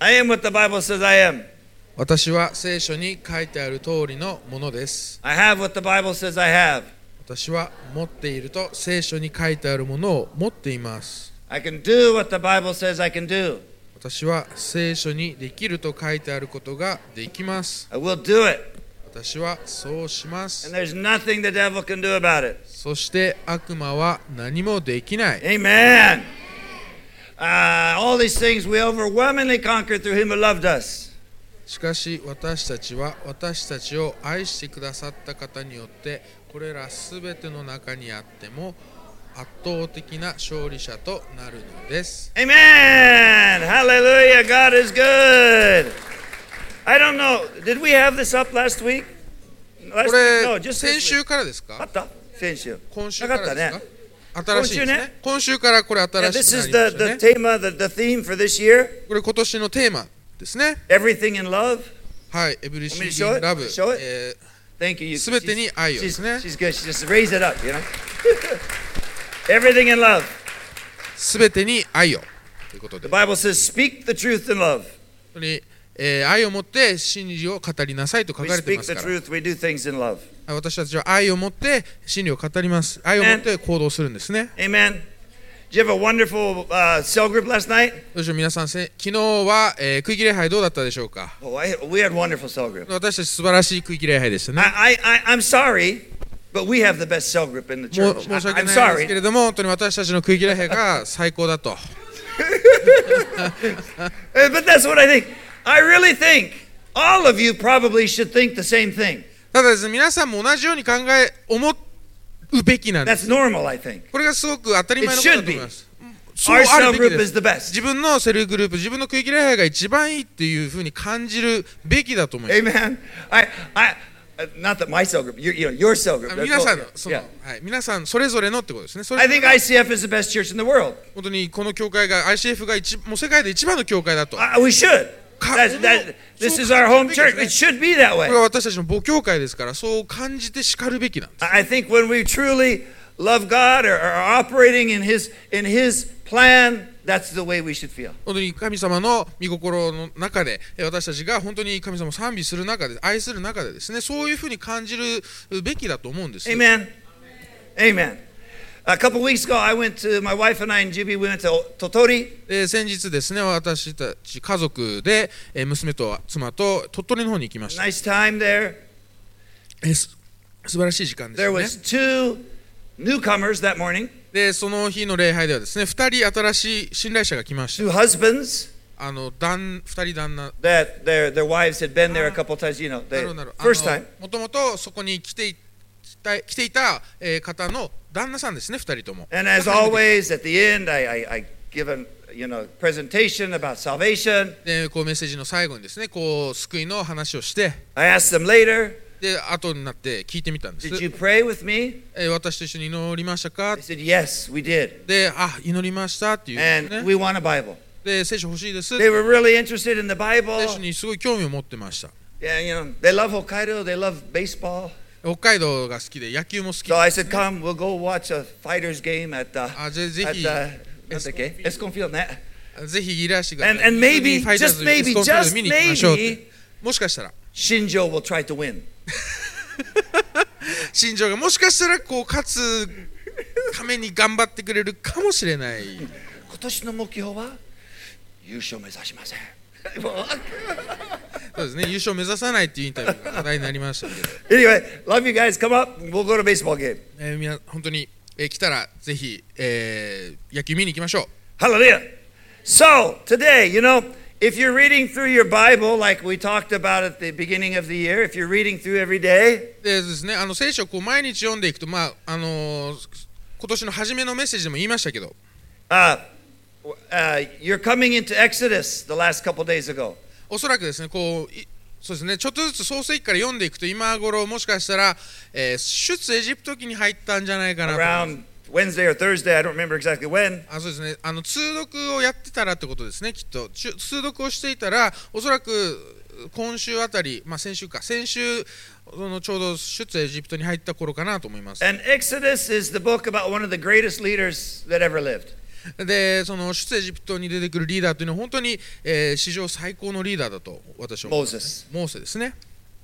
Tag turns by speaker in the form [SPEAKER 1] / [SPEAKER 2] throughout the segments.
[SPEAKER 1] I am what the Bible says I am.
[SPEAKER 2] 私は聖書に書いてある通りのものです。
[SPEAKER 1] I have what the Bible says I have.
[SPEAKER 2] 私は持っていると聖書に書いてあるものを持っています。
[SPEAKER 1] I can do what the Bible says I can do.
[SPEAKER 2] 私は聖書にできると書いてあることができます。
[SPEAKER 1] I will do it.
[SPEAKER 2] 私はそうしま
[SPEAKER 1] And
[SPEAKER 2] す。
[SPEAKER 1] there's nothing the devil can do about it.
[SPEAKER 2] そして悪魔は何もできない。
[SPEAKER 1] Amen. Uh, all these things we overwhelmingly conquered through him who loved us.
[SPEAKER 2] しかし私たちは私たちを愛してくださった方によってこれらすべての中にあっても圧倒的な勝利者となるのです。
[SPEAKER 1] Amen. Hallelujah. God is good. I don't know. Did we have this up last week?
[SPEAKER 2] こ
[SPEAKER 1] Last
[SPEAKER 2] れ
[SPEAKER 1] no, just
[SPEAKER 2] 先
[SPEAKER 1] this week.
[SPEAKER 2] 週からです
[SPEAKER 1] あ
[SPEAKER 2] か
[SPEAKER 1] った先週。
[SPEAKER 2] 今週からです
[SPEAKER 1] な
[SPEAKER 2] か
[SPEAKER 1] か
[SPEAKER 2] 新しい
[SPEAKER 1] 今週
[SPEAKER 2] ですね。今週からこれ
[SPEAKER 1] Yeah,
[SPEAKER 2] 新
[SPEAKER 1] this
[SPEAKER 2] し
[SPEAKER 1] is
[SPEAKER 2] くな
[SPEAKER 1] the,
[SPEAKER 2] りました
[SPEAKER 1] the tema,
[SPEAKER 2] ね。
[SPEAKER 1] the, the theme for this year
[SPEAKER 2] これ今年のテーマですね。
[SPEAKER 1] everything in love.
[SPEAKER 2] はい、エブリシ
[SPEAKER 1] Let me
[SPEAKER 2] ー
[SPEAKER 1] show
[SPEAKER 2] グ
[SPEAKER 1] it.
[SPEAKER 2] ンラブ。
[SPEAKER 1] Show it.
[SPEAKER 2] え
[SPEAKER 1] Thank you. you
[SPEAKER 2] 全てに
[SPEAKER 1] she's-
[SPEAKER 2] 愛
[SPEAKER 1] she's,
[SPEAKER 2] をですね。
[SPEAKER 1] she's good. She just raised it up, you know. everything in love.
[SPEAKER 2] すべてに愛をということ
[SPEAKER 1] The
[SPEAKER 2] で、本
[SPEAKER 1] Bible says, speak the truth in love.
[SPEAKER 2] 当に、えー愛を持って真理を語りなさいと書
[SPEAKER 1] We
[SPEAKER 2] かれてま
[SPEAKER 1] speak
[SPEAKER 2] す
[SPEAKER 1] the
[SPEAKER 2] から。
[SPEAKER 1] truth, we do things in love.
[SPEAKER 2] はい私たちは愛を持って真理を語ります。愛を持って行動するんですね。
[SPEAKER 1] Amen. Did you have a wonderful uh, cell group last night?
[SPEAKER 2] どうでしょう皆さん、せ昨日は、えー、区域礼拝どうだったでしょうか
[SPEAKER 1] Oh, I, we had wonderful cell group.
[SPEAKER 2] 私たち素晴らしい区域礼拝でしたね。
[SPEAKER 1] I, I, I, I'm sorry, but we have the best cell group in the
[SPEAKER 2] もう
[SPEAKER 1] church.
[SPEAKER 2] 申し
[SPEAKER 1] I,
[SPEAKER 2] 訳
[SPEAKER 1] I'm
[SPEAKER 2] ないですけ
[SPEAKER 1] sorry.
[SPEAKER 2] れども、本当に私たちの区域礼拝が最高だと。
[SPEAKER 1] Uh, But that's what I think. I really think all of you probably should think the same thing.
[SPEAKER 2] ただですね、皆さんも同じように考え、思うべきなんです。
[SPEAKER 1] That's normal, I think.
[SPEAKER 2] これがすごく当たり前のことだと思います。そう
[SPEAKER 1] Our
[SPEAKER 2] あ
[SPEAKER 1] cell
[SPEAKER 2] るべ
[SPEAKER 1] group
[SPEAKER 2] きで
[SPEAKER 1] is
[SPEAKER 2] す。
[SPEAKER 1] the best.
[SPEAKER 2] 自分のセルフグループ、自分の区域礼拝が一番いいっていうふうに感じるべきだと思います。
[SPEAKER 1] Amen. I, I, uh, not that my cell group, your, you know, your cell group.
[SPEAKER 2] あ
[SPEAKER 1] that's
[SPEAKER 2] 皆さんの
[SPEAKER 1] all-
[SPEAKER 2] その、
[SPEAKER 1] yeah.
[SPEAKER 2] はい、皆さんそれぞれのってことですね。それ
[SPEAKER 1] I think ICF is the best church in the world.
[SPEAKER 2] 本当にこの教会が ICF が一もう世界で一番の教会だと。こ
[SPEAKER 1] Uh, we should.
[SPEAKER 2] Ka-
[SPEAKER 1] That, that, this is our home church. It should be that way.
[SPEAKER 2] れは私たちの母教会ですからそう感じてしかるべきなんです。
[SPEAKER 1] I I think when we truly love God or are operating in His in His plan, that's the way we should feel.
[SPEAKER 2] 本当に神様の御心の中でえ私たちが本当に神様を賛美する中で愛する中でですねそういうふうに感じるべきだと思うんです。
[SPEAKER 1] Amen. Amen. A couple weeks ago, I went to my wife and I and Juby. We went to Totori.
[SPEAKER 2] で先日ですね私たち家族でえー娘と妻と鳥取の方に行きました。
[SPEAKER 1] Nice time there.
[SPEAKER 2] えーす素晴らしい時間で
[SPEAKER 1] There
[SPEAKER 2] し
[SPEAKER 1] was
[SPEAKER 2] た
[SPEAKER 1] two
[SPEAKER 2] ね。
[SPEAKER 1] newcomers that morning,
[SPEAKER 2] でその日の礼拝ではですね2人新しい信頼者が来ました。
[SPEAKER 1] two husbands
[SPEAKER 2] あの旦2人旦那
[SPEAKER 1] that their their wives had been there a couple times. You Ah. know,
[SPEAKER 2] な
[SPEAKER 1] they,
[SPEAKER 2] るほどなるほど
[SPEAKER 1] first
[SPEAKER 2] あの
[SPEAKER 1] time.
[SPEAKER 2] もともとそこに来てい来た来ていた、えー方の旦那さんですね、2人とも。
[SPEAKER 1] And as always, at the end, I, I, I give a you know presentation about salvation.
[SPEAKER 2] でこうメッセージの最後にですね、こう救いの話をして、
[SPEAKER 1] I asked them later,
[SPEAKER 2] で後になって聞いてみたんです。
[SPEAKER 1] "Did you pray with me?"
[SPEAKER 2] えー私と一緒に祈りましたか
[SPEAKER 1] They said, "Yes, we did."
[SPEAKER 2] で、あ祈りましたっていう、ね
[SPEAKER 1] And we want a Bible.
[SPEAKER 2] で、聖書欲しいです。
[SPEAKER 1] They
[SPEAKER 2] 聖
[SPEAKER 1] were really interested in the Bible.
[SPEAKER 2] 書にすごい興味を持ってました。
[SPEAKER 1] Yeah, you know, they love Hokkaido. They love baseball.
[SPEAKER 2] 北海道が好きで、野球も好き
[SPEAKER 1] So。I said, "Come, we'll go watch a fighters game at the
[SPEAKER 2] あぜぜ
[SPEAKER 1] at
[SPEAKER 2] ひ、
[SPEAKER 1] the what's that game? Esconfield Net."
[SPEAKER 2] ぜひいらしてください。
[SPEAKER 1] And- and maybe,
[SPEAKER 2] ファイターズ
[SPEAKER 1] just maybe,
[SPEAKER 2] エスコンフィールド見に行きましょうって
[SPEAKER 1] just
[SPEAKER 2] もしかしたら。
[SPEAKER 1] Shinjo will try to win.
[SPEAKER 2] 心情がもしかしたらこう勝つために頑張ってくれるかもしれな い
[SPEAKER 1] 今年の目標は優勝目指しません。anyway,
[SPEAKER 2] そうですね優勝目指さないっていうインタビューが話題になりましたけど、
[SPEAKER 1] love you guys. Come up. We'll go to baseball game.
[SPEAKER 2] えー、みな本当に、えー来たらぜひ、えー野球見に行きましょう
[SPEAKER 1] Hallelujah. So, today, you know, if you're reading through your Bible, like we talked about at the beginning of the year, if you're reading through every day,
[SPEAKER 2] でですねあの聖書をこう毎日読んでいくとまああのー今年の初めのメッセージでも言いましたけど
[SPEAKER 1] uh, uh, you're coming into Exodus the last couple days ago.
[SPEAKER 2] おそらくですねこういそうですねちょっとずつ創世記から読んでいくと今頃もしかしたら、えー出エジプト記に入ったんじゃないかなと
[SPEAKER 1] Around Wednesday or Thursday, I don't remember exactly when.
[SPEAKER 2] あそうですねあの通読をやってたらってことですね、きっと、ちゅ通読をしていたら、おそらく今週あたり、まあ、先週か、先週、そのちょうど出エジプトに入った頃かなと思います。
[SPEAKER 1] And Exodus is the book about one of the greatest leaders that ever lived.
[SPEAKER 2] でその出エジプトに出てくるリーダーというのは本当に、えー史上最高のリーダーだと私は思います、ね、モーセですね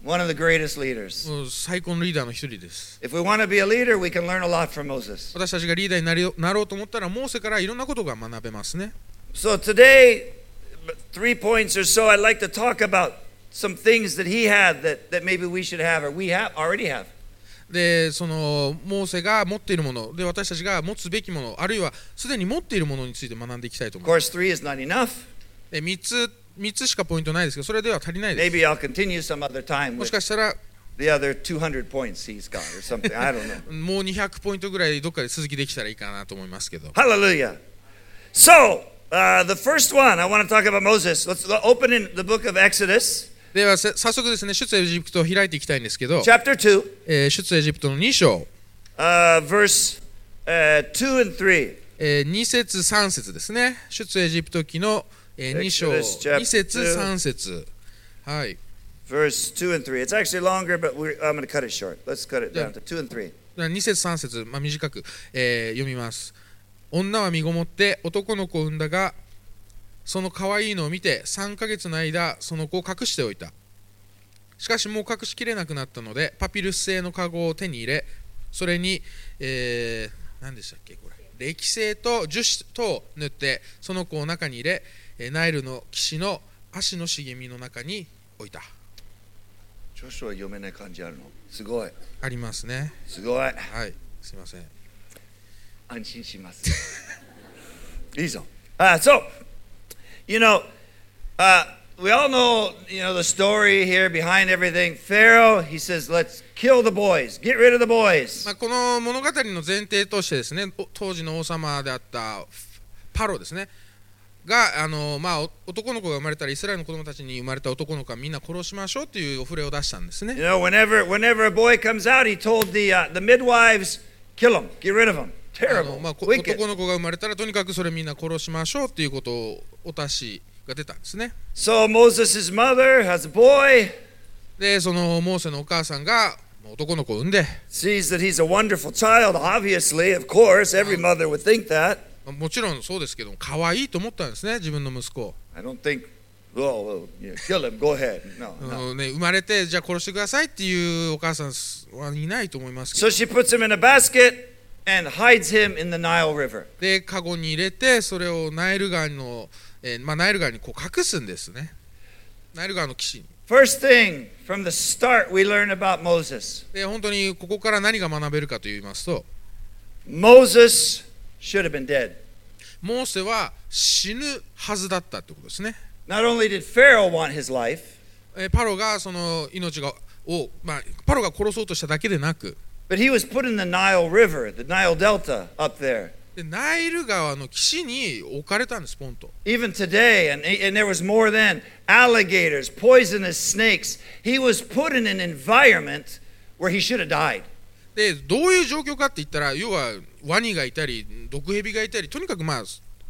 [SPEAKER 1] one of the greatest leaders.
[SPEAKER 2] うん最高のリーダーの一人です
[SPEAKER 1] If we want to be a leader, we can learn a lot from Moses.
[SPEAKER 2] 私たちがリーダーになりなろうと思ったらモーセからいろんなことが学べますね
[SPEAKER 1] So today, three points or so, I'd like to talk about some things that he had that, that maybe we should have or we have already have.
[SPEAKER 2] でそのモーセが持っているもので私たちが持つべきものあるいはすでに持っているものについて学んでいきたいと
[SPEAKER 1] Of
[SPEAKER 2] 思います
[SPEAKER 1] course, three is not enough.
[SPEAKER 2] で3つ3つしかポイントないですけどそれでは足りないです
[SPEAKER 1] Maybe I'll continue some other time
[SPEAKER 2] もし
[SPEAKER 1] with
[SPEAKER 2] かしたら
[SPEAKER 1] the other 200 points he's got or something. I don't know.
[SPEAKER 2] もう200ポイントぐらいどっかで続きできたらいいかなと思いますけど
[SPEAKER 1] Hallelujah. So, uh, the first one I want to talk about Moses. Let's l- open in the book of Exodus,
[SPEAKER 2] ではせ早速ですね出エジプトを開いていきたいんですけど、
[SPEAKER 1] chapter 2,
[SPEAKER 2] えー出エジプトの2章、
[SPEAKER 1] uh, verse uh, 2 and 3.
[SPEAKER 2] え2節3節ですね出エジプト記の、え2章
[SPEAKER 1] Exodus chapter
[SPEAKER 2] 2節3節はい
[SPEAKER 1] Verse 2 and 3. It's actually longer, but we're, I'm going to cut it short. Let's cut it down to 2 and 3.
[SPEAKER 2] 2節3節、まあ、短く、えー読みます女は身ごもって男の子を産んだがその可愛いのを見て3ヶ月の間その子を隠しておいたしかしもう隠しきれなくなったのでパピルス製のカゴを手に入れそれに、えー何でしたっけこれ歴製と樹脂とを塗ってその子を中に入れえーナイルの岸の足の茂みの中に置いたありますねはいすいません
[SPEAKER 1] Uh, so, you know, uh, we all know, you know, the story here behind everything. Pharaoh, he says, let's kill the boys, get rid of the boys.
[SPEAKER 2] まあ、この物語の前提としてですねお当時の王様であったパロですねがあの、まあ、お男の子が生まれたらイスラエルの子供たちに生まれた男の子はみんな殺しましょうというお触れを出したんです
[SPEAKER 1] You
[SPEAKER 2] ね
[SPEAKER 1] know, whenever, whenever a boy comes out, he told the, uh, the midwives, kill him, get rid of him.
[SPEAKER 2] あの
[SPEAKER 1] Terrible,
[SPEAKER 2] まあ、こ
[SPEAKER 1] wicked.
[SPEAKER 2] 男の子が生まれたらとにかくそれみんな殺しましょうということをお達しが出たんですね
[SPEAKER 1] So Moses' mother has a boy,
[SPEAKER 2] でそのモーセのお母さんが男の子を産んで
[SPEAKER 1] sees that he's a wonderful child, obviously, of course. Every mother would think that.
[SPEAKER 2] まあもちろんそうですけど可愛いと思ったんですね自分の息子を
[SPEAKER 1] I don't think, oh, well, yeah, kill him, go ahead. No,
[SPEAKER 2] あ
[SPEAKER 1] no.
[SPEAKER 2] のね、生まれてじゃあ殺してくださいっていうお母さんはいないと思いますけど
[SPEAKER 1] So she puts him in a basket and hides him in the Nile River.
[SPEAKER 2] でカゴに入れてそれをナイル川の、えーまあ、ナイル川にこう隠すんですねナイル川の岸に
[SPEAKER 1] First thing from the start we learn about Moses
[SPEAKER 2] で本当にここから何が学べるかと言いますと
[SPEAKER 1] Moses should have been dead.
[SPEAKER 2] モーセは死ぬはずだったってことですね、
[SPEAKER 1] Not only did Pharaoh want his life,
[SPEAKER 2] えーパロがその命がを、まあ、パロが殺そうとしただけでなく
[SPEAKER 1] but he was put in the Nile River, the Nile Delta up there.
[SPEAKER 2] でナイル川の岸に置かれたんですポンと
[SPEAKER 1] Even today, and, and there was more then alligators, poisonous snakes. He was put in an environment where he should have died.
[SPEAKER 2] でどういう状況かって言ったら要はワニがいたり毒蛇がいたりとにかくまあ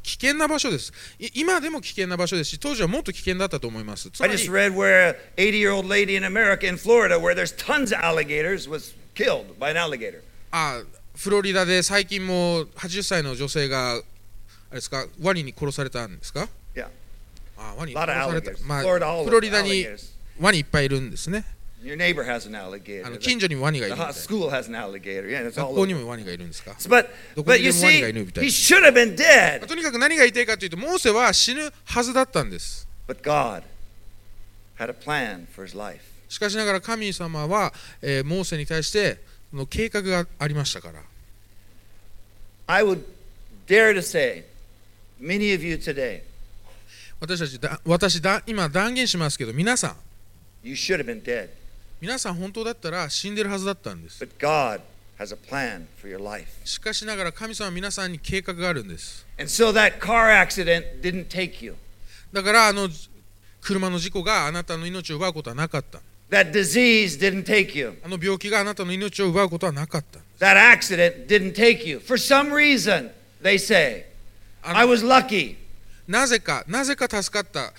[SPEAKER 2] 危険な場所ですい今でも危険な場所ですし当時はもっと危険だったと思いますつま
[SPEAKER 1] I
[SPEAKER 2] り
[SPEAKER 1] just read where an 80 year old lady in America, in Florida, where there's tons of alligators, was killed by an alligator.
[SPEAKER 2] あフロリダで最近も80歳の女性があれですかワニに殺されたんですか
[SPEAKER 1] Yeah.
[SPEAKER 2] あワニ
[SPEAKER 1] A
[SPEAKER 2] に
[SPEAKER 1] lot
[SPEAKER 2] 殺
[SPEAKER 1] of
[SPEAKER 2] された
[SPEAKER 1] alligators.
[SPEAKER 2] まあ
[SPEAKER 1] Florida, all
[SPEAKER 2] フ
[SPEAKER 1] over
[SPEAKER 2] ロリダに
[SPEAKER 1] alligators.
[SPEAKER 2] ワニいっぱいいるんですね
[SPEAKER 1] Your neighbor has an
[SPEAKER 2] あ
[SPEAKER 1] alligator.
[SPEAKER 2] の近所にワニがい
[SPEAKER 1] The
[SPEAKER 2] るみたい
[SPEAKER 1] hot school has an alligator. Yeah, it's
[SPEAKER 2] 学
[SPEAKER 1] all
[SPEAKER 2] 校
[SPEAKER 1] over.
[SPEAKER 2] にもワニがいるんですか
[SPEAKER 1] But,
[SPEAKER 2] Look
[SPEAKER 1] but
[SPEAKER 2] at
[SPEAKER 1] you
[SPEAKER 2] the one
[SPEAKER 1] see,
[SPEAKER 2] guy, no, but-
[SPEAKER 1] he should have been dead.
[SPEAKER 2] とにかく何が言いたいかというとモーセは死ぬはずだったんです
[SPEAKER 1] But God had a plan for his life.
[SPEAKER 2] しかしながら神様は、えーモーセに対してその計画がありましたから
[SPEAKER 1] I would dare to say, many of you today,
[SPEAKER 2] 私たちだ私だ今断言しますけど皆さん
[SPEAKER 1] you should have been dead.
[SPEAKER 2] 皆さん本当だったら死んでるはずだったんです
[SPEAKER 1] But God has a plan for your life.
[SPEAKER 2] しかしながら神様は皆さんに計画があるんです
[SPEAKER 1] And so that car accident didn't take you.
[SPEAKER 2] だからあの車の事故があなたの命を奪うことはなかった
[SPEAKER 1] That disease didn't take you.
[SPEAKER 2] あの病気があなたの命を奪うことはなかった
[SPEAKER 1] That accident didn't take you. For some reason, they say, I
[SPEAKER 2] あの
[SPEAKER 1] was lucky.
[SPEAKER 2] なぜかなぜか助かった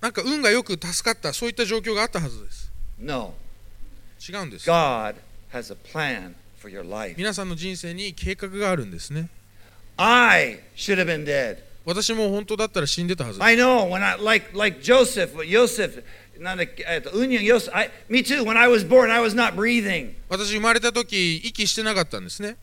[SPEAKER 2] なんか運がよく助かったそういった状況があったはずです
[SPEAKER 1] No,
[SPEAKER 2] 違うんです
[SPEAKER 1] God has a plan for your life.
[SPEAKER 2] 皆さんの人生に計画があるんですね
[SPEAKER 1] I should have been dead.
[SPEAKER 2] 私も本当だったら死んでたはず
[SPEAKER 1] I know when I like like Joseph, Joseph, not a, uh, Union Joseph. I, me too. When I was born, I was not breathing,
[SPEAKER 2] 私生まれた時息してなかったんですね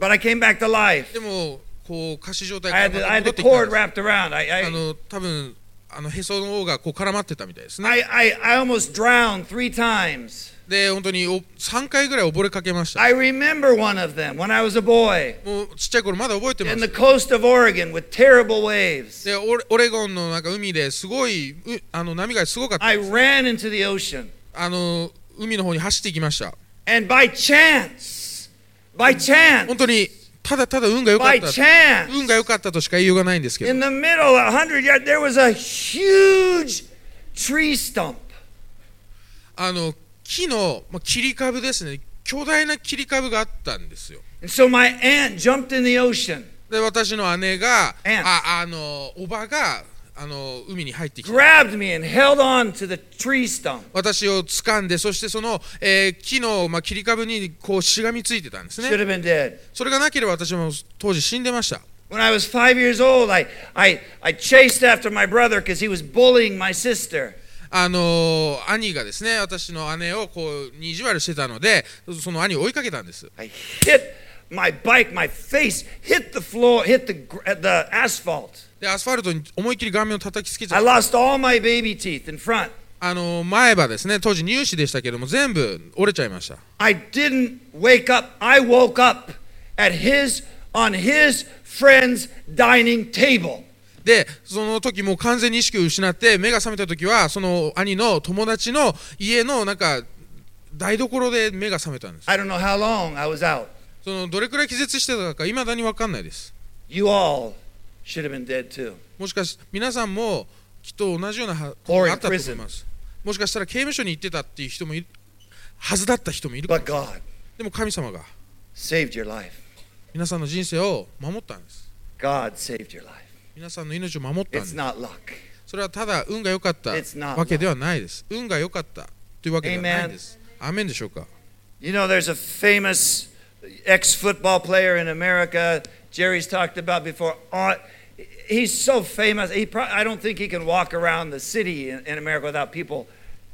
[SPEAKER 1] but I came back to life.
[SPEAKER 2] でもこう仮死状態
[SPEAKER 1] I
[SPEAKER 2] から
[SPEAKER 1] had the, I
[SPEAKER 2] ま
[SPEAKER 1] had
[SPEAKER 2] た
[SPEAKER 1] the
[SPEAKER 2] 戻ってきたん
[SPEAKER 1] cord
[SPEAKER 2] です
[SPEAKER 1] wrapped around. I
[SPEAKER 2] あ
[SPEAKER 1] I,
[SPEAKER 2] の多分あのへその方がこう絡まってたみたいですね
[SPEAKER 1] I, I, I almost drowned three times.
[SPEAKER 2] で本当にお3回ぐらい溺れかけました
[SPEAKER 1] I remember one of them when I was a boy
[SPEAKER 2] もうちっちゃい頃まだ覚えてま
[SPEAKER 1] in
[SPEAKER 2] す
[SPEAKER 1] the coast of Oregon with terrible waves.
[SPEAKER 2] でオレオレゴンのなんか海ですごいうあの波がすごかった
[SPEAKER 1] I ran into the ocean,
[SPEAKER 2] あの海の方に走っていきました
[SPEAKER 1] and by chance, by chance,
[SPEAKER 2] 本当にただただ運が良かっ
[SPEAKER 1] by
[SPEAKER 2] た
[SPEAKER 1] chance.
[SPEAKER 2] 運が良かったとしか言いようがないんですけど
[SPEAKER 1] In the middle, a hundred yards, there was a huge tree stump.
[SPEAKER 2] あの木の、まあ、切り株ですね巨大な切り株があったんですよ
[SPEAKER 1] And so my aunt jumped in the ocean,
[SPEAKER 2] で私の姉が
[SPEAKER 1] ええ
[SPEAKER 2] ああのおばがあの海に入ってきて
[SPEAKER 1] grabbed me, and held on to the tree stump.
[SPEAKER 2] 私を掴んでそしてその、えー木の、まあ、切り株にこうしがみついてたんです
[SPEAKER 1] Should
[SPEAKER 2] ね
[SPEAKER 1] have been dead.
[SPEAKER 2] それがなければ私も当時死んでました
[SPEAKER 1] When I was five years old, I, I, I chased after my brother because he was bullying my sister.
[SPEAKER 2] あのー兄がですね私の姉をこうに意地悪してたのでその兄を追いかけたんです
[SPEAKER 1] I hit my bike, my face hit the floor, hit the, gr- uh, the asphalt.
[SPEAKER 2] でアスファルトに思いっきり顔面を叩きつけちゃ
[SPEAKER 1] I
[SPEAKER 2] った
[SPEAKER 1] lost all my baby teeth in front.
[SPEAKER 2] あのー前歯ですね当時乳歯でしたけども全部折れちゃいました
[SPEAKER 1] I didn't wake up. I woke up at his on his friend's dining table.
[SPEAKER 2] でその時もう完全に意識を失って目が覚めた時はその兄の友達の家のなんか台所で目が覚めたんです
[SPEAKER 1] I don't know how long I was out.
[SPEAKER 2] そのどれくらい気絶してたかいまだに分かんないです
[SPEAKER 1] You all should have been dead too.
[SPEAKER 2] もしかし皆さんもきっと同じようなはこと
[SPEAKER 1] Or
[SPEAKER 2] が
[SPEAKER 1] in
[SPEAKER 2] あったと思いますもしかしたら刑務所に行ってたっていう人もいるはずだった人もいる
[SPEAKER 1] But God
[SPEAKER 2] でも神様が
[SPEAKER 1] saved your life.
[SPEAKER 2] 皆さんの人生を守ったんです
[SPEAKER 1] God saved your life.
[SPEAKER 2] 皆さんの命を守ったんで
[SPEAKER 1] It's
[SPEAKER 2] す
[SPEAKER 1] not luck.
[SPEAKER 2] それはただ運が良かった
[SPEAKER 1] It's not
[SPEAKER 2] わけではないです運が良かったというわけではないんですアーメンでしょうか
[SPEAKER 1] You know, there's a famous ex-football player in America. Jerry's talked about before. Uh, He's so famous. He pro- I don't think he can walk around the city in, in America without people,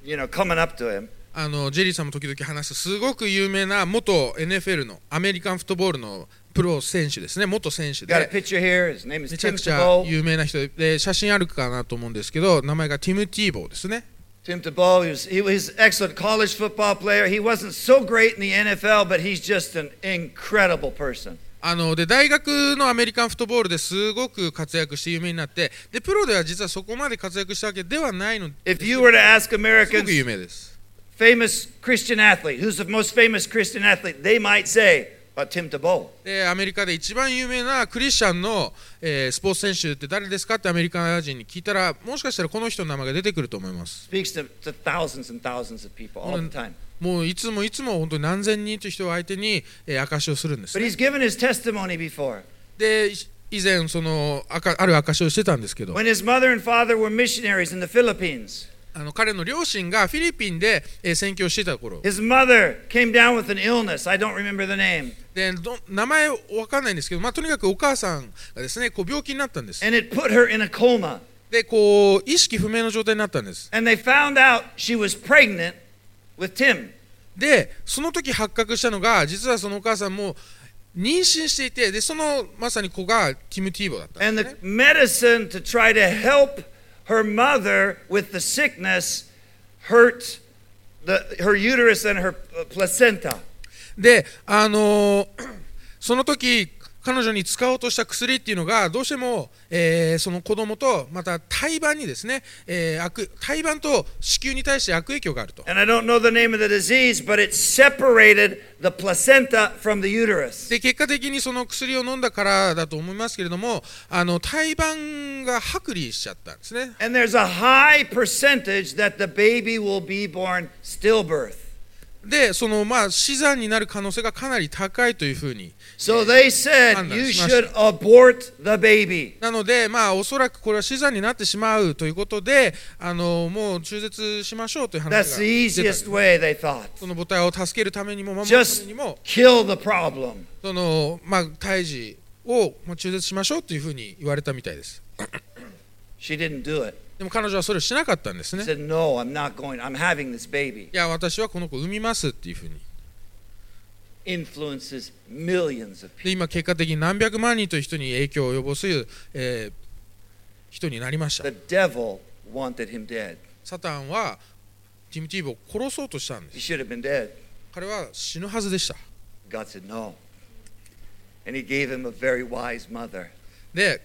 [SPEAKER 1] you know, coming up to him.
[SPEAKER 2] あのジェリーさんも時々話すすごく有名な元 NFL のアメリカンフットボールのプロ選手ですね元選手
[SPEAKER 1] Got a
[SPEAKER 2] で
[SPEAKER 1] picture here. His name is
[SPEAKER 2] めちゃ
[SPEAKER 1] Tim
[SPEAKER 2] くちゃ
[SPEAKER 1] Tebow.
[SPEAKER 2] 有名な人でで写真あるかなと思うんですけど名前がティム・ティーボーですね
[SPEAKER 1] Tim Tebow. He was, he was excellent college football player. He wasn't so great in the NFL, but he's just an incredible person.
[SPEAKER 2] あので大学のアメリカンフットボールですごく活躍して有名になってでプロでは実はそこまで活躍したわけではないの
[SPEAKER 1] If you were to ask
[SPEAKER 2] すごく
[SPEAKER 1] Americans,
[SPEAKER 2] 有名です。
[SPEAKER 1] famous Christian athlete, who's the most famous Christian athlete, they might say, "But Tim Tebow."
[SPEAKER 2] でアメリカで一番有名なクリスチャンの、えースポーツ選手って誰ですかってアメリカ人に聞いたらもしかしたらこの人の名前が出てくると思います。
[SPEAKER 1] Speaks to, to thousands and thousands of people all the
[SPEAKER 2] Mm.
[SPEAKER 1] time.
[SPEAKER 2] もういつもいつも本当に何千人という人を相手に、えー証しをするんです
[SPEAKER 1] But
[SPEAKER 2] ね、
[SPEAKER 1] he's given his testimony before.
[SPEAKER 2] でい以前そのあかある証しをしてたんですけど
[SPEAKER 1] When his mother and father were missionaries in the Philippines,
[SPEAKER 2] あの彼の両親がフィリピンで、えー宣教してた頃
[SPEAKER 1] his mother came down with an illness. I don't remember the name.
[SPEAKER 2] でど名前わかんないんですけど、まあ、とにかくお母さんがですねこう病気になったんです
[SPEAKER 1] And it put her in a coma.
[SPEAKER 2] でこう意識不明の状態になったんです
[SPEAKER 1] And they found out she was pregnant with Tim.
[SPEAKER 2] でその時発覚したのが実はそのお母さんも妊娠していてでそのまさに子がティム・ティーボだったん
[SPEAKER 1] And
[SPEAKER 2] です、ね
[SPEAKER 1] the、medicine to try to help her mother with the sickness hurt the, her uterus and her uh, placenta.
[SPEAKER 2] で、あのー その時彼女に使おうとした薬っていうのがどうしても、えーその子供とまた胎盤にですね、えー悪胎盤と子宮に対して悪影響があると
[SPEAKER 1] And I don't know the name of the disease, but it separated the placenta from the uterus.
[SPEAKER 2] で結果的にその薬を飲んだからだと思いますけれどもあの胎盤が剥離しちゃったんですね
[SPEAKER 1] And there's a high percentage that the baby will be born stillbirth.
[SPEAKER 2] でそのまあ死産になる可能性がかなり高いというふうに
[SPEAKER 1] So they said,
[SPEAKER 2] Anna,
[SPEAKER 1] you should
[SPEAKER 2] smash
[SPEAKER 1] abort the baby.
[SPEAKER 2] なのでまあおそらくこれは死産になってしまうということであのもう中絶しましょうという話が
[SPEAKER 1] That's the
[SPEAKER 2] 出たんです
[SPEAKER 1] easiest way, they thought.
[SPEAKER 2] その母体を助けるためにも守るた
[SPEAKER 1] Just
[SPEAKER 2] めにも
[SPEAKER 1] kill the problem.
[SPEAKER 2] その、まあ、胎児を、まあ、中絶しましょうというふうに言われたみたいです
[SPEAKER 1] She didn't do it.
[SPEAKER 2] でも彼女はそれをしなかったんですね
[SPEAKER 1] Said, No, I'm not going. I'm having this baby.
[SPEAKER 2] いや私はこの子を産みますっていうふうに
[SPEAKER 1] Influences millions of people.
[SPEAKER 2] で今結果的に何百万人という人に影響を及ぼす、えー人になりました
[SPEAKER 1] The devil wanted him dead.
[SPEAKER 2] サタンはティム・ティーブを殺そうとしたんで
[SPEAKER 1] He
[SPEAKER 2] す
[SPEAKER 1] should have been dead.
[SPEAKER 2] 彼は死ぬはずでした
[SPEAKER 1] God said, No. And he gave him a very wise mother.
[SPEAKER 2] で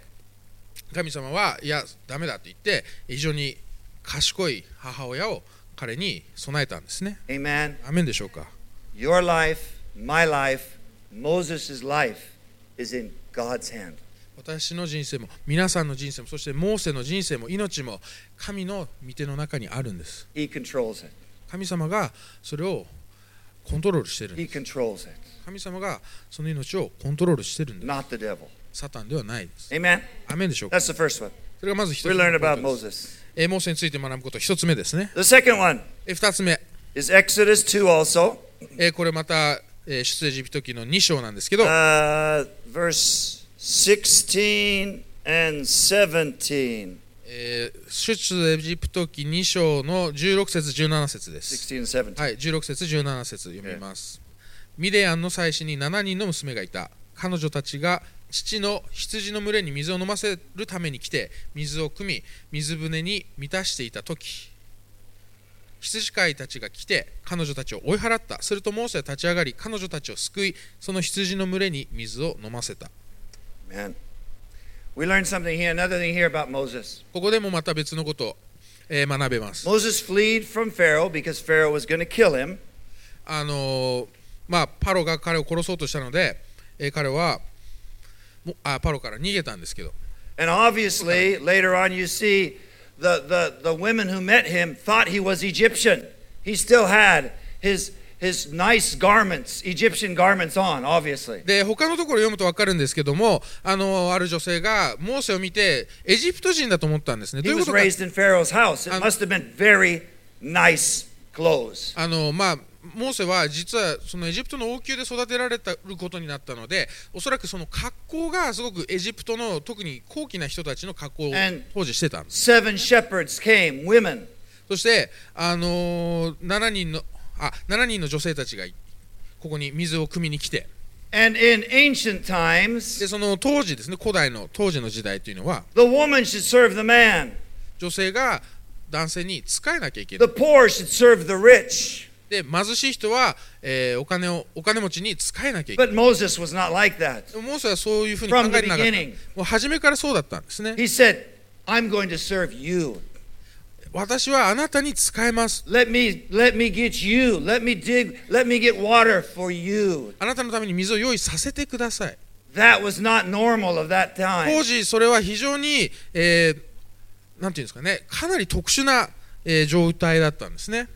[SPEAKER 2] 神様はいやダメだと言って非常に賢い母親を彼に備えたんですね
[SPEAKER 1] Amen.
[SPEAKER 2] アメンでしょうか
[SPEAKER 1] Your life, my life, Moses' life is in God's hand.
[SPEAKER 2] 私の人生も皆さんの人生もそしてモーセの人生も命も神の御手の中にあるんです
[SPEAKER 1] He controls it.
[SPEAKER 2] 神様がそれをコントロールしてるん
[SPEAKER 1] He
[SPEAKER 2] です
[SPEAKER 1] controls it,
[SPEAKER 2] 神様がその命をコントロールしてるんで
[SPEAKER 1] not the devil.
[SPEAKER 2] すサタンではないです
[SPEAKER 1] Amen.
[SPEAKER 2] アメンでしょうか
[SPEAKER 1] That's the first one.
[SPEAKER 2] それがまず一つ
[SPEAKER 1] We
[SPEAKER 2] 目
[SPEAKER 1] learned about
[SPEAKER 2] で
[SPEAKER 1] Moses.
[SPEAKER 2] すえーモーセについて学ぶこと一つ目ですね
[SPEAKER 1] The second one
[SPEAKER 2] えー二つ目
[SPEAKER 1] is Exodus 2 also,
[SPEAKER 2] えーこれまた、えー出エジプト記の2章なんですけど、
[SPEAKER 1] uh, verse 16 and 17.
[SPEAKER 2] えー出エジプト記2章の16節17節です。
[SPEAKER 1] 16 and 17.
[SPEAKER 2] はい、16節17節読みます。ミレアンの妻子に7人の娘がいた。彼女たちが父の羊の群れに水を飲ませるために来て、水を汲み、水舟に満たしていた時羊飼いたちが来て彼女たちを追い払ったするとモーセは立ち上がり彼女たちを救いその羊の群れに水を飲ませた
[SPEAKER 1] Man. We learned something here, another thing here about Moses.
[SPEAKER 2] ここでもまた別のことを、えー学べます。
[SPEAKER 1] Moses fled from Pharaoh because Pharaoh was going to kill him.
[SPEAKER 2] あのーまあ、パロが彼を殺そうとしたので、えー彼はもあパロから逃げたんですけど
[SPEAKER 1] And obviously, later on, you see the, the, the women who met him thought he was Egyptian. He still had his, his nice garments, Egyptian garments on, obviously.
[SPEAKER 2] で他のところ読むと分かるんですけども、あのーある女性がモーセを見てエジプト人だと思ったんですね。どう
[SPEAKER 1] He
[SPEAKER 2] いう
[SPEAKER 1] was
[SPEAKER 2] ことか、
[SPEAKER 1] raised in Pharaoh's house. It
[SPEAKER 2] Um,
[SPEAKER 1] must have been very nice clothes.
[SPEAKER 2] あのーまあ、モーセは実はそのエジプトの王宮で育てられたることになったのでおそらくその格好がすごくエジプトの特に高貴な人たちの格好を
[SPEAKER 1] And-
[SPEAKER 2] 当時してたんです
[SPEAKER 1] Seven shepherds came, women.
[SPEAKER 2] そして、あのー、7, 人のあ7人の女性たちがいここに水を汲みに来て
[SPEAKER 1] And in ancient times,
[SPEAKER 2] でその当時ですね古代の当時の時代というのは
[SPEAKER 1] the woman should serve the man,
[SPEAKER 2] 女性が男性に仕えなきゃいけな
[SPEAKER 1] the
[SPEAKER 2] い
[SPEAKER 1] poor should serve the rich.
[SPEAKER 2] で貧しい人は、えーお金をお金持ちに仕えなきゃいけな
[SPEAKER 1] But
[SPEAKER 2] い
[SPEAKER 1] Moses was not like that.
[SPEAKER 2] でもモーセはそういうふうに考
[SPEAKER 1] From
[SPEAKER 2] え
[SPEAKER 1] the
[SPEAKER 2] てなかった
[SPEAKER 1] beginning,
[SPEAKER 2] もう初めからそうだったんですね
[SPEAKER 1] he said, I'm going to serve you.
[SPEAKER 2] 私はあなたに仕えます
[SPEAKER 1] Let me let me get you. Let me dig. Let me get water for you.
[SPEAKER 2] あなたのために水を用意させてください
[SPEAKER 1] That was not normal of that
[SPEAKER 2] 当
[SPEAKER 1] time.
[SPEAKER 2] 時それは非常に、えーなんていうんですかねかなり特殊な、えー状態だったんですね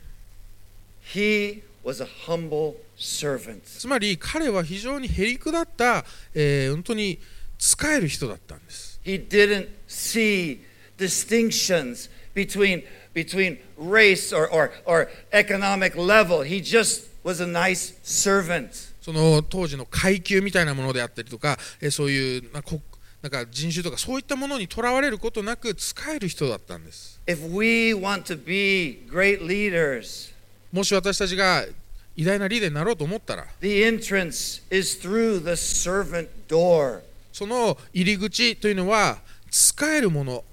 [SPEAKER 1] He was a humble servant.
[SPEAKER 2] つまり彼は非常にへりくだった、えー本当に使える人だったんです
[SPEAKER 1] He didn't see distinctions between between race or, or, or economic level. He just was a nice servant.
[SPEAKER 2] その当時の階級みたいなものであったりとか、えーそういうなこなんか人種とかそういったものにとらわれることなく使える人だったんです
[SPEAKER 1] If we want to be great leaders,
[SPEAKER 2] もし私たちが偉大なリーダーになろうと思ったら
[SPEAKER 1] the entrance is through the servant door.
[SPEAKER 2] その入り口というのは使えるもの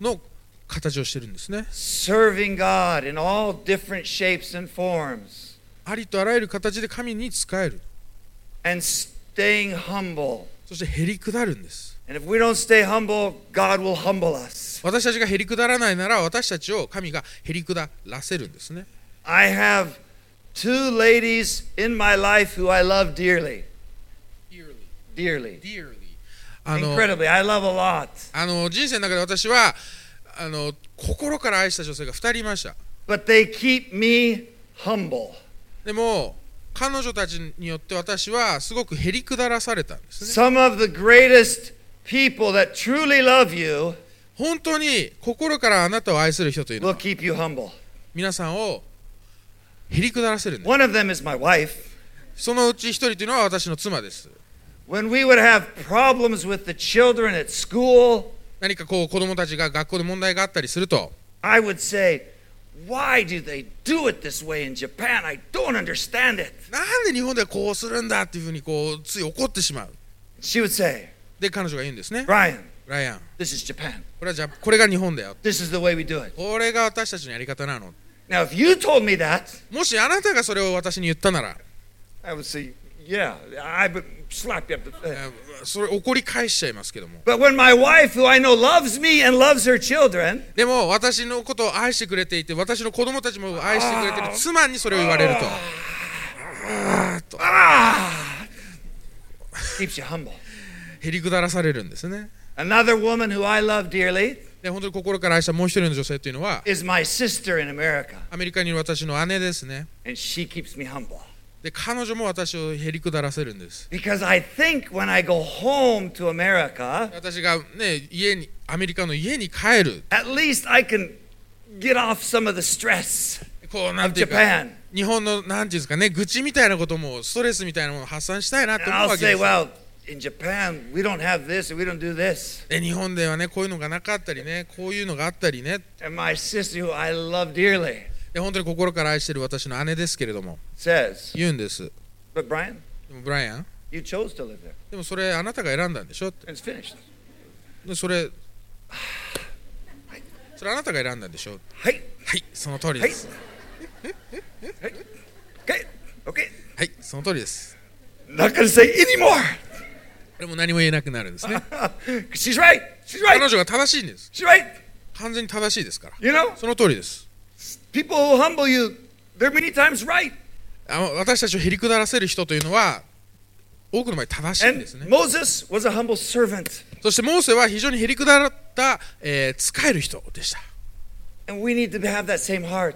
[SPEAKER 2] の形をしてるんですね
[SPEAKER 1] serving God in all different shapes and forms,
[SPEAKER 2] ありとあらゆる形で神に仕える
[SPEAKER 1] and staying humble.
[SPEAKER 2] そしてへりくだるんです
[SPEAKER 1] And if we don't stay humble, God will humble us.
[SPEAKER 2] 私たちがへりくだらないなら私たちを神がへりくだらせるんですね
[SPEAKER 1] I have two ladies in my life who I love dearly. Dearly.
[SPEAKER 2] あの
[SPEAKER 1] Incredibly. I love a lot.
[SPEAKER 2] あの人生の中で私はあの心から愛した女性が2人いました
[SPEAKER 1] But they keep me humble.
[SPEAKER 2] でも彼女たちによって私はすごくへりくだらされたんですね
[SPEAKER 1] Some of the greatest people that truly love you
[SPEAKER 2] 本当に心からあなたを愛する人というの
[SPEAKER 1] will
[SPEAKER 2] は
[SPEAKER 1] keep you humble.
[SPEAKER 2] 皆さんをへりくだらせるんで
[SPEAKER 1] One of them is my wife.
[SPEAKER 2] すそのうち1人というのは私の妻です
[SPEAKER 1] One- When we would have problems with the children at school,
[SPEAKER 2] 何かこう子供たちが学校で問題があったりすると
[SPEAKER 1] I would say, Why do they do it this way in Japan? I don't understand it.
[SPEAKER 2] なんで日本ではこうするんだっていうふうにこうつい怒ってしまう
[SPEAKER 1] She would say,
[SPEAKER 2] で彼女が言うんですね
[SPEAKER 1] Brian,
[SPEAKER 2] ライアン
[SPEAKER 1] this is Japan.
[SPEAKER 2] これはじゃこれが日本だよ
[SPEAKER 1] This is the way we do it.
[SPEAKER 2] これが私たちのやり方なの
[SPEAKER 1] Now, if you told me that,
[SPEAKER 2] もしあなたがそれを私に言ったなら
[SPEAKER 1] I would say, Yeah, I would slap you up the.
[SPEAKER 2] えーそれ怒り返しちゃいますけども
[SPEAKER 1] But when my wife, who I know loves me and loves her children,
[SPEAKER 2] でも私のことを愛してくれていて私の子供たちも愛してくれてる妻にそれを言われるとあーっと
[SPEAKER 1] ah, keeps you humble.
[SPEAKER 2] へりくだらされるんですね
[SPEAKER 1] Another woman who I love dearly
[SPEAKER 2] で本当に心から愛したもう一人の女性というのは
[SPEAKER 1] is my sister in America,
[SPEAKER 2] アメリカにいる私の姉ですね
[SPEAKER 1] and she keeps me humble.
[SPEAKER 2] で彼女も私をへりくだらせるんです
[SPEAKER 1] Because I think when I go home to America,
[SPEAKER 2] 私がね家にアメリカの家に帰る
[SPEAKER 1] at least I can get off some of the stress
[SPEAKER 2] こうなん
[SPEAKER 1] of
[SPEAKER 2] ていうか
[SPEAKER 1] Japan.
[SPEAKER 2] 日本のなんていうんですかね愚痴みたいなこともストレスみたいなものを発散したいなって
[SPEAKER 1] And
[SPEAKER 2] 思う
[SPEAKER 1] I'll
[SPEAKER 2] わけ
[SPEAKER 1] say,
[SPEAKER 2] で
[SPEAKER 1] well,
[SPEAKER 2] す
[SPEAKER 1] in Japan, we don't have this and we don't do this.
[SPEAKER 2] で日本ではねこういうのがなかったりねこういうのがあったりね
[SPEAKER 1] And my sister, who I love dearly,
[SPEAKER 2] で本当に心から愛してる私の姉ですけれども
[SPEAKER 1] says,
[SPEAKER 2] 言うんです
[SPEAKER 1] but Brian,
[SPEAKER 2] でもブライアン
[SPEAKER 1] you chose to live there.
[SPEAKER 2] でもそれあなたが選んだんでしょって
[SPEAKER 1] And it's finished.
[SPEAKER 2] でそれそれあなたが選んだんでしょ
[SPEAKER 1] はい、
[SPEAKER 2] はいその通りです
[SPEAKER 1] はい、okay, okay.
[SPEAKER 2] はいその通りです
[SPEAKER 1] Not gonna say anymore.
[SPEAKER 2] でも何も言えなくなるんですね
[SPEAKER 1] She's right. She's
[SPEAKER 2] 彼
[SPEAKER 1] right.
[SPEAKER 2] 女が正しいんです
[SPEAKER 1] She's right.
[SPEAKER 2] 完全に正しいですから
[SPEAKER 1] You know,
[SPEAKER 2] その通りです
[SPEAKER 1] people who humble you, they're many times right.
[SPEAKER 2] あの私たちをへりくだらせる人というのは多くの場合正しいんで
[SPEAKER 1] And
[SPEAKER 2] すね
[SPEAKER 1] Moses was a humble servant.
[SPEAKER 2] そしてモーセは非常にへりくだった、えー使える人でした
[SPEAKER 1] And we need to have that same heart.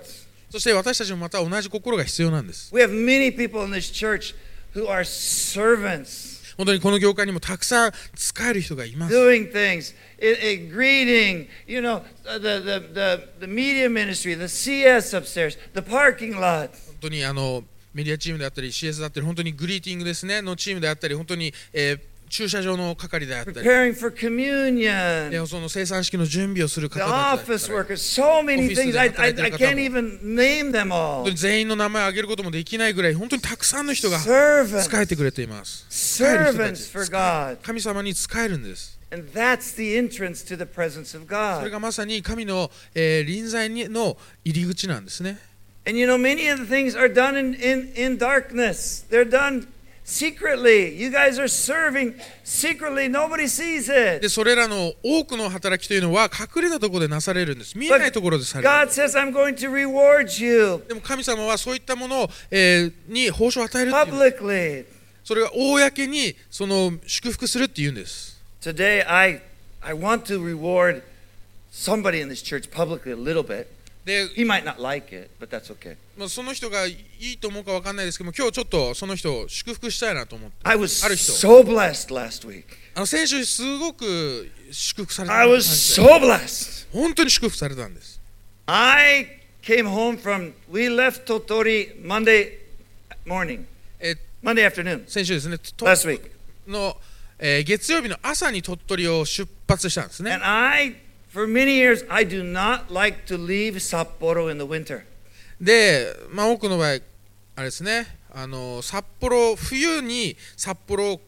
[SPEAKER 2] そして私たちもまた同じ心が必要なんです
[SPEAKER 1] We have many people in this church who are servants,
[SPEAKER 2] 本当にこの業界にもたくさん使える人がいます
[SPEAKER 1] doing things, i- i- greeting, you know, uh, the, the, the, the media ministry, the CS upstairs, the parking lot.
[SPEAKER 2] 本当にあのメディアチームであったり CS だったり本当にグリーティングですねのチームであったり本当に、えー駐車場の係であったり
[SPEAKER 1] preparing for communion,
[SPEAKER 2] でその生産式の準備をする方
[SPEAKER 1] the
[SPEAKER 2] 々だ
[SPEAKER 1] office
[SPEAKER 2] った
[SPEAKER 1] workers,
[SPEAKER 2] り
[SPEAKER 1] so many
[SPEAKER 2] オフィスで
[SPEAKER 1] things. I, I,
[SPEAKER 2] 働いてる方も。
[SPEAKER 1] I can't even name them
[SPEAKER 2] 本
[SPEAKER 1] all.
[SPEAKER 2] 当に全員の名前を挙げることもできないぐらい本当にたくさんの人が仕
[SPEAKER 1] Servants,
[SPEAKER 2] えてくれています使える人た
[SPEAKER 1] servants
[SPEAKER 2] ち
[SPEAKER 1] for God.
[SPEAKER 2] 神様に仕えるんです
[SPEAKER 1] And that's the entrance to the presence of
[SPEAKER 2] それ
[SPEAKER 1] God.
[SPEAKER 2] がまさに神の、えー臨在にの入り口なんですね
[SPEAKER 1] And you know, many of the things are done in, in, in darkness, they're done secretly. You guys are serving secretly, nobody sees
[SPEAKER 2] で
[SPEAKER 1] it.
[SPEAKER 2] それらの多くの働きというのは隠れたところでなされるんです見えないところでされる
[SPEAKER 1] God says, I'm going to reward you
[SPEAKER 2] でも神様はそういったものを、えーに報酬を与えるっていう
[SPEAKER 1] publicly.
[SPEAKER 2] それが公にその祝福するっていうんです
[SPEAKER 1] Today, I, I want to reward somebody in this church publicly a little bit.
[SPEAKER 2] で
[SPEAKER 1] He might not like it, but that's okay.
[SPEAKER 2] まあその人がいいと思うか分かんないですけども今日ちょっとその人を祝福したいなと思って
[SPEAKER 1] I was
[SPEAKER 2] ある人。
[SPEAKER 1] so blessed last week.
[SPEAKER 2] あの先週すごく祝福された
[SPEAKER 1] I
[SPEAKER 2] 感
[SPEAKER 1] was
[SPEAKER 2] じで
[SPEAKER 1] so blessed.
[SPEAKER 2] 本当に祝福されたんです
[SPEAKER 1] I came home from, we left Totori Monday morning,
[SPEAKER 2] え
[SPEAKER 1] Monday afternoon,
[SPEAKER 2] 先週ですねと
[SPEAKER 1] last week.
[SPEAKER 2] の、えー月曜日の朝に鳥取を出発したんですね
[SPEAKER 1] And I, for many years, I do not like to leave Sapporo in the winter.
[SPEAKER 2] で、まあ、多くの場合あれですねあの札幌冬に札幌を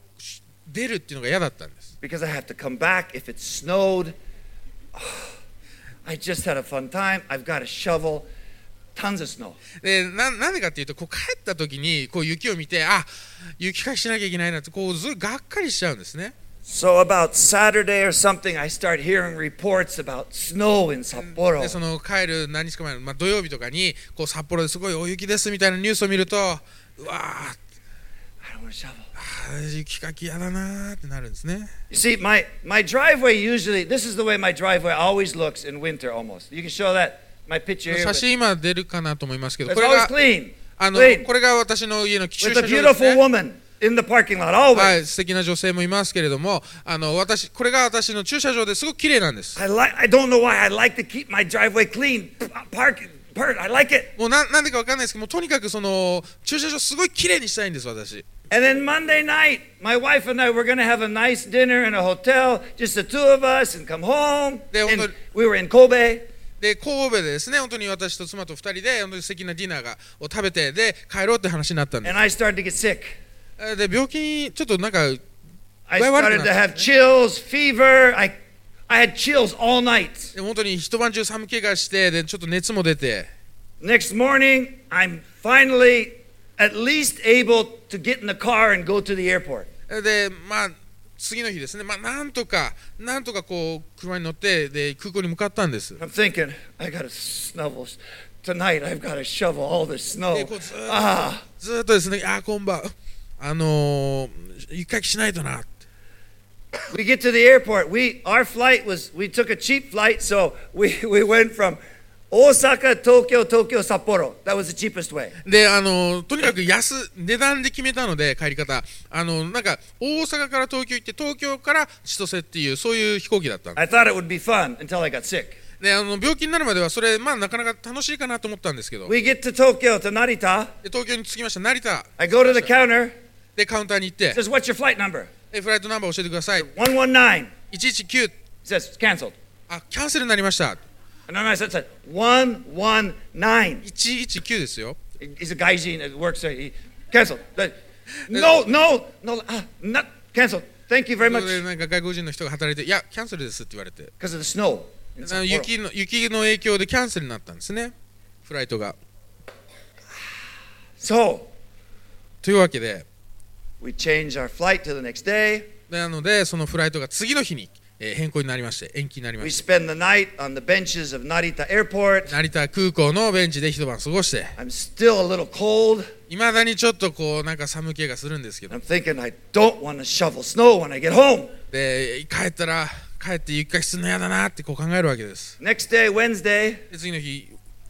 [SPEAKER 2] 出るっていうのが嫌だったんです
[SPEAKER 1] because I have to come back if it snowed. I just had a fun time. I've got a shovel, tons of snow.
[SPEAKER 2] でななんでかっていうとこう帰った時にこう雪を見てあ雪かきしなきゃいけないなってこうずっとがっかりしちゃうんですね
[SPEAKER 1] So about Saturday or something, I start hearing reports about snow in
[SPEAKER 2] でそ
[SPEAKER 1] Sapporo.
[SPEAKER 2] の帰る何日か前の、まあ、土曜日とかにこう札幌ですごい大雪ですみたいなニュースを見るとうわー
[SPEAKER 1] I don't want a shovel.
[SPEAKER 2] あー雪かき嫌だなーってなるんですね
[SPEAKER 1] You see, my my driveway usually this is the way my driveway always looks in winter almost. You can show that my picture here.
[SPEAKER 2] 写
[SPEAKER 1] But
[SPEAKER 2] 真今出るかなと思いますけど
[SPEAKER 1] it's
[SPEAKER 2] これ
[SPEAKER 1] always
[SPEAKER 2] が
[SPEAKER 1] clean
[SPEAKER 2] あの
[SPEAKER 1] clean
[SPEAKER 2] これが私の家の駐
[SPEAKER 1] with
[SPEAKER 2] 車
[SPEAKER 1] a
[SPEAKER 2] 場です、ね
[SPEAKER 1] beautiful woman in the parking lot always.
[SPEAKER 2] はい、素敵な女性もいますけれども、あの私これが私の駐車場ですごく綺麗なんです。
[SPEAKER 1] I like I don't know why I like to keep my driveway clean. P- Park, park I like it.
[SPEAKER 2] もうなんなんでかわかんないですけども、とにかくその駐車場すごい綺麗にしたいんです私。
[SPEAKER 1] And then Monday night, my wife and I were going to have a nice dinner in a hotel, just the two of us, and come home.
[SPEAKER 2] They
[SPEAKER 1] And
[SPEAKER 2] wanted-
[SPEAKER 1] we were in Kobe.
[SPEAKER 2] で神戸でですね本当に私と妻と2人で本当に素敵なディナーがを食べてで帰ろうって話になったんです
[SPEAKER 1] And I started to get sick.
[SPEAKER 2] えーで病気にちょっとなんか
[SPEAKER 1] I
[SPEAKER 2] Wait, what
[SPEAKER 1] started
[SPEAKER 2] happened?
[SPEAKER 1] to have chills, fever. I, I had chills all night.
[SPEAKER 2] で本当に一晩中寒気がしてでちょっと熱も出て
[SPEAKER 1] Next morning, I'm finally at least able to get in the car and go to the airport.
[SPEAKER 2] でまあ次の日ですねまあなんとかなんとかこう車に乗ってで空港に向かったんです
[SPEAKER 1] I'm thinking, I got to shovel. Tonight, I've got to shovel all the snow.
[SPEAKER 2] こうずーっと
[SPEAKER 1] Ah.
[SPEAKER 2] ずーっとですねあーこんばんあのー、一回しないとな
[SPEAKER 1] We get to the airport. We our flight was we took a cheap flight, so we, we went from Osaka, Tokyo, Tokyo, Sapporo. That was the cheapest way.
[SPEAKER 2] であのとにかく安値段で決めたので帰り方あのなんか大阪から東京行って東京から千歳っていうそういう飛行機だったんで
[SPEAKER 1] I thought it would be fun until I got sick.
[SPEAKER 2] であの病気になるまではそれまあなかなか楽しいかなと思ったんですけど
[SPEAKER 1] We get to Tokyo to Narita.
[SPEAKER 2] で東京に着きました成田
[SPEAKER 1] I go to the counter.
[SPEAKER 2] でカウンターに行って、
[SPEAKER 1] Says, "What's your flight number?"
[SPEAKER 2] えフライトナンバー教えてください
[SPEAKER 1] 119.
[SPEAKER 2] 119
[SPEAKER 1] Says, "It's canceled."
[SPEAKER 2] あキャンセルになりました
[SPEAKER 1] And then I said, said, 119.
[SPEAKER 2] 119ですよ
[SPEAKER 1] He's a gaijin that works there. He canceled. But, No, no, no, ah, not canceled. Thank you very
[SPEAKER 2] そ
[SPEAKER 1] much
[SPEAKER 2] れでなんか外国人の人が働いて「いやキャンセルです」って言われて
[SPEAKER 1] because of the snow. in
[SPEAKER 2] あ
[SPEAKER 1] Sapporo.
[SPEAKER 2] の雪の雪の影響でキャンセルになったんですねフライトが
[SPEAKER 1] So
[SPEAKER 2] というわけで
[SPEAKER 1] we change our flight to the next day.
[SPEAKER 2] なので、そのフライトが次の日に、えー変更になりまして、延期になりま
[SPEAKER 1] We
[SPEAKER 2] し
[SPEAKER 1] spend the night on the benches of Narita Airport.
[SPEAKER 2] た。成田空港のベンチで一晩過ごして、
[SPEAKER 1] I'm still a little cold.
[SPEAKER 2] いまだにちょっとこう、なんか寒気がするんですけど、
[SPEAKER 1] I'm thinking I don't want to shovel snow when I get home.
[SPEAKER 2] で、帰ったら、帰って一回すんの嫌だなってこう考えるわけです。
[SPEAKER 1] Next day, Wednesday,
[SPEAKER 2] で、次の日、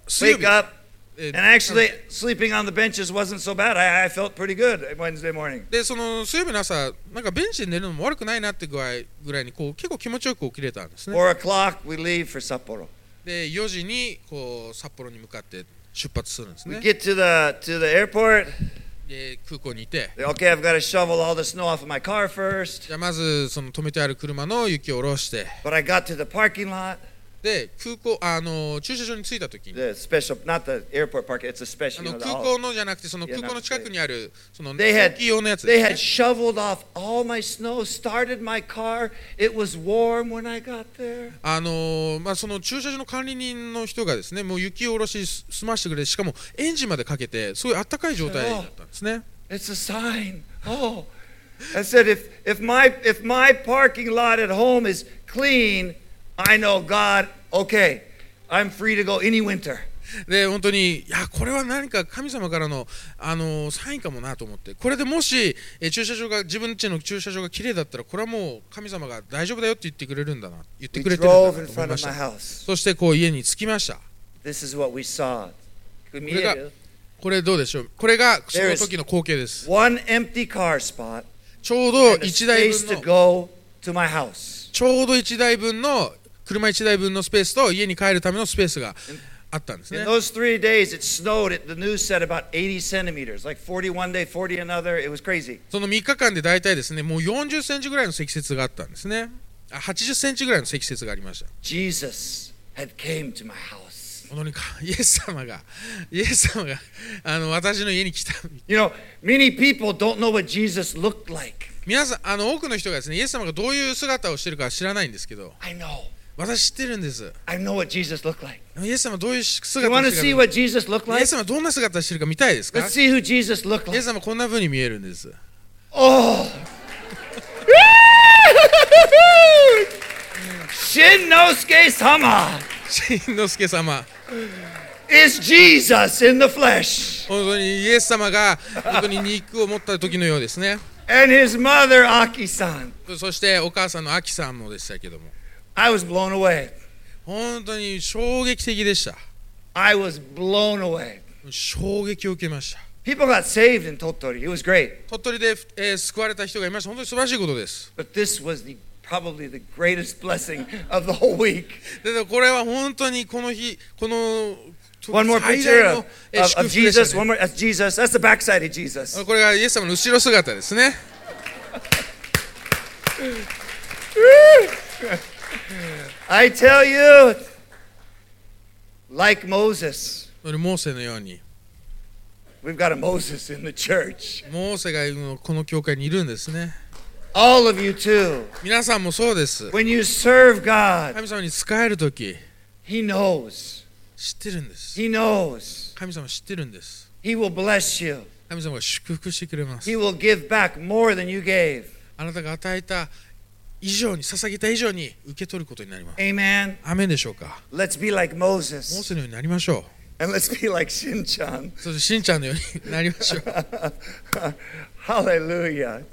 [SPEAKER 2] 水曜
[SPEAKER 1] wake
[SPEAKER 2] 日、
[SPEAKER 1] up.
[SPEAKER 2] えー
[SPEAKER 1] And actually, sleeping on the benches wasn't so bad. I, I felt pretty good Wednesday morning.
[SPEAKER 2] で、その水曜日の朝、なんかベンチで寝るのも悪くないなって具合ぐらいに、こう、結構気持ちよく起きれたんですね。
[SPEAKER 1] Four o'clock, we leave for Sapporo.
[SPEAKER 2] で、4時に、こう、札幌に向かって出発するんです
[SPEAKER 1] We
[SPEAKER 2] ね。
[SPEAKER 1] get to the to the airport.
[SPEAKER 2] で、空港にいて、
[SPEAKER 1] Okay, I've got to shovel all the snow off of my car first.
[SPEAKER 2] じゃあまず、その止めてある車の雪を下ろして、
[SPEAKER 1] But I got to the parking lot.
[SPEAKER 2] で空港あの駐車場に着いた時に
[SPEAKER 1] The special, not the airport parking. It's a
[SPEAKER 2] あ
[SPEAKER 1] special. You
[SPEAKER 2] の
[SPEAKER 1] know, the
[SPEAKER 2] 空
[SPEAKER 1] all-
[SPEAKER 2] 港のじゃなくてその
[SPEAKER 1] いや
[SPEAKER 2] 空港の近くにあるその
[SPEAKER 1] They had
[SPEAKER 2] 大きい用のやつ
[SPEAKER 1] they
[SPEAKER 2] で
[SPEAKER 1] had
[SPEAKER 2] すね
[SPEAKER 1] shoveled off all my snow, started my car. It was warm when I got there.
[SPEAKER 2] あのーまあその駐車場の管理人の人がですねもう雪を下ろしす済ましてくれてしかもエンジンまでかけてすごいあったかい状態だったんですね
[SPEAKER 1] It's a sign. Oh. I said if if my if my parking lot at home is clean, I know God, okay. I'm free to go any winter.
[SPEAKER 2] で本当にいやこれは何か神様からのあのーサインかもなと思ってこれでもしえ駐車場が自分家の駐車場が綺麗だったらこれはもう神様が大丈夫だよって言ってくれるんだな言って
[SPEAKER 1] We
[SPEAKER 2] くれてるんだ
[SPEAKER 1] drove
[SPEAKER 2] な
[SPEAKER 1] in
[SPEAKER 2] と思い
[SPEAKER 1] front
[SPEAKER 2] ま
[SPEAKER 1] of
[SPEAKER 2] し
[SPEAKER 1] my
[SPEAKER 2] た
[SPEAKER 1] house.
[SPEAKER 2] そしてこう家に着きました
[SPEAKER 1] This is what we saw.
[SPEAKER 2] これどうでしょうこれがそ
[SPEAKER 1] There
[SPEAKER 2] の
[SPEAKER 1] is-
[SPEAKER 2] 時の光景です
[SPEAKER 1] One empty car spot
[SPEAKER 2] ちょうど
[SPEAKER 1] and a
[SPEAKER 2] 1台
[SPEAKER 1] space to
[SPEAKER 2] 分の
[SPEAKER 1] go to my house.
[SPEAKER 2] ちょうど1台分の車1台分のスペースと家に帰るためのスペースがあったんです
[SPEAKER 1] In
[SPEAKER 2] ね
[SPEAKER 1] those three days, it snowed. It, the news said about 80 centimeters, like 40 one day, 40 another. It was crazy.
[SPEAKER 2] その3日間で大体ですねもう40センチぐらいの積雪があったんですねあ80センチぐらいの積雪がありました
[SPEAKER 1] Jesus had came to my house.
[SPEAKER 2] 本当にか イエス様がイエス様があの私の家に来た
[SPEAKER 1] You know, many people don't know what Jesus looked like.
[SPEAKER 2] 皆さんあの多くの人がですねイエス様がどういう姿をしてるかは知らないんですけど
[SPEAKER 1] I know.
[SPEAKER 2] 私知ってるんです
[SPEAKER 1] I know what Jesus looked like.
[SPEAKER 2] イエス様どういう
[SPEAKER 1] You
[SPEAKER 2] 姿を
[SPEAKER 1] want to
[SPEAKER 2] して
[SPEAKER 1] see
[SPEAKER 2] るか
[SPEAKER 1] what Jesus looked
[SPEAKER 2] イエ
[SPEAKER 1] like?
[SPEAKER 2] ス様どんな姿をしてるか見たいですか
[SPEAKER 1] Let's see who Jesus looked
[SPEAKER 2] イエ
[SPEAKER 1] like.
[SPEAKER 2] ス様こんな風に見えるんです
[SPEAKER 1] Oh. Shinnosuke sama
[SPEAKER 2] しんのすけ様
[SPEAKER 1] is Jesus in the flesh.
[SPEAKER 2] 本当にイエス様が本当に肉を持った時のようですね
[SPEAKER 1] And his mother, Aki san.
[SPEAKER 2] そしてお母さんのアキさんもでしたけども
[SPEAKER 1] I was blown away.
[SPEAKER 2] 本当に衝撃的でした
[SPEAKER 1] I was blown away.
[SPEAKER 2] 衝撃を受けました
[SPEAKER 1] People got saved in Tottori. It was great.
[SPEAKER 2] 鳥取で、えー救われた人がいました本当に素晴らしいことです
[SPEAKER 1] But this was the probably the greatest blessing of the whole week.
[SPEAKER 2] ででもこれは本当にこの日この
[SPEAKER 1] One more
[SPEAKER 2] 最
[SPEAKER 1] picture
[SPEAKER 2] 大の
[SPEAKER 1] of,
[SPEAKER 2] え
[SPEAKER 1] of,
[SPEAKER 2] 祝
[SPEAKER 1] of
[SPEAKER 2] 福でした
[SPEAKER 1] Jesus.
[SPEAKER 2] ね
[SPEAKER 1] One more, that's Jesus. That's the backside of Jesus.
[SPEAKER 2] これがイエス様の後ろ姿ですね
[SPEAKER 1] I tell you, like Moses,
[SPEAKER 2] モーセのように
[SPEAKER 1] we've got a Moses in the church.
[SPEAKER 2] モーセがこの教会にいるんですね
[SPEAKER 1] All of you, too.
[SPEAKER 2] 皆さんもそうです
[SPEAKER 1] When you serve God,
[SPEAKER 2] 神様に仕える時
[SPEAKER 1] He knows.
[SPEAKER 2] 知ってるんです
[SPEAKER 1] He knows.
[SPEAKER 2] 神様知ってるんです
[SPEAKER 1] He will bless you.
[SPEAKER 2] 神様が祝福してくれます
[SPEAKER 1] He will give back more than you gave.
[SPEAKER 2] あなたが与えた以上に捧げた以上に受け取ることになります
[SPEAKER 1] Amen.
[SPEAKER 2] アーメンでしょうか
[SPEAKER 1] Let's be like
[SPEAKER 2] モー
[SPEAKER 1] Moses
[SPEAKER 2] セのようになりましょ
[SPEAKER 1] and let's be like Shinchan.
[SPEAKER 2] うそしてしんちゃんのようになりましょう
[SPEAKER 1] Hallelujah.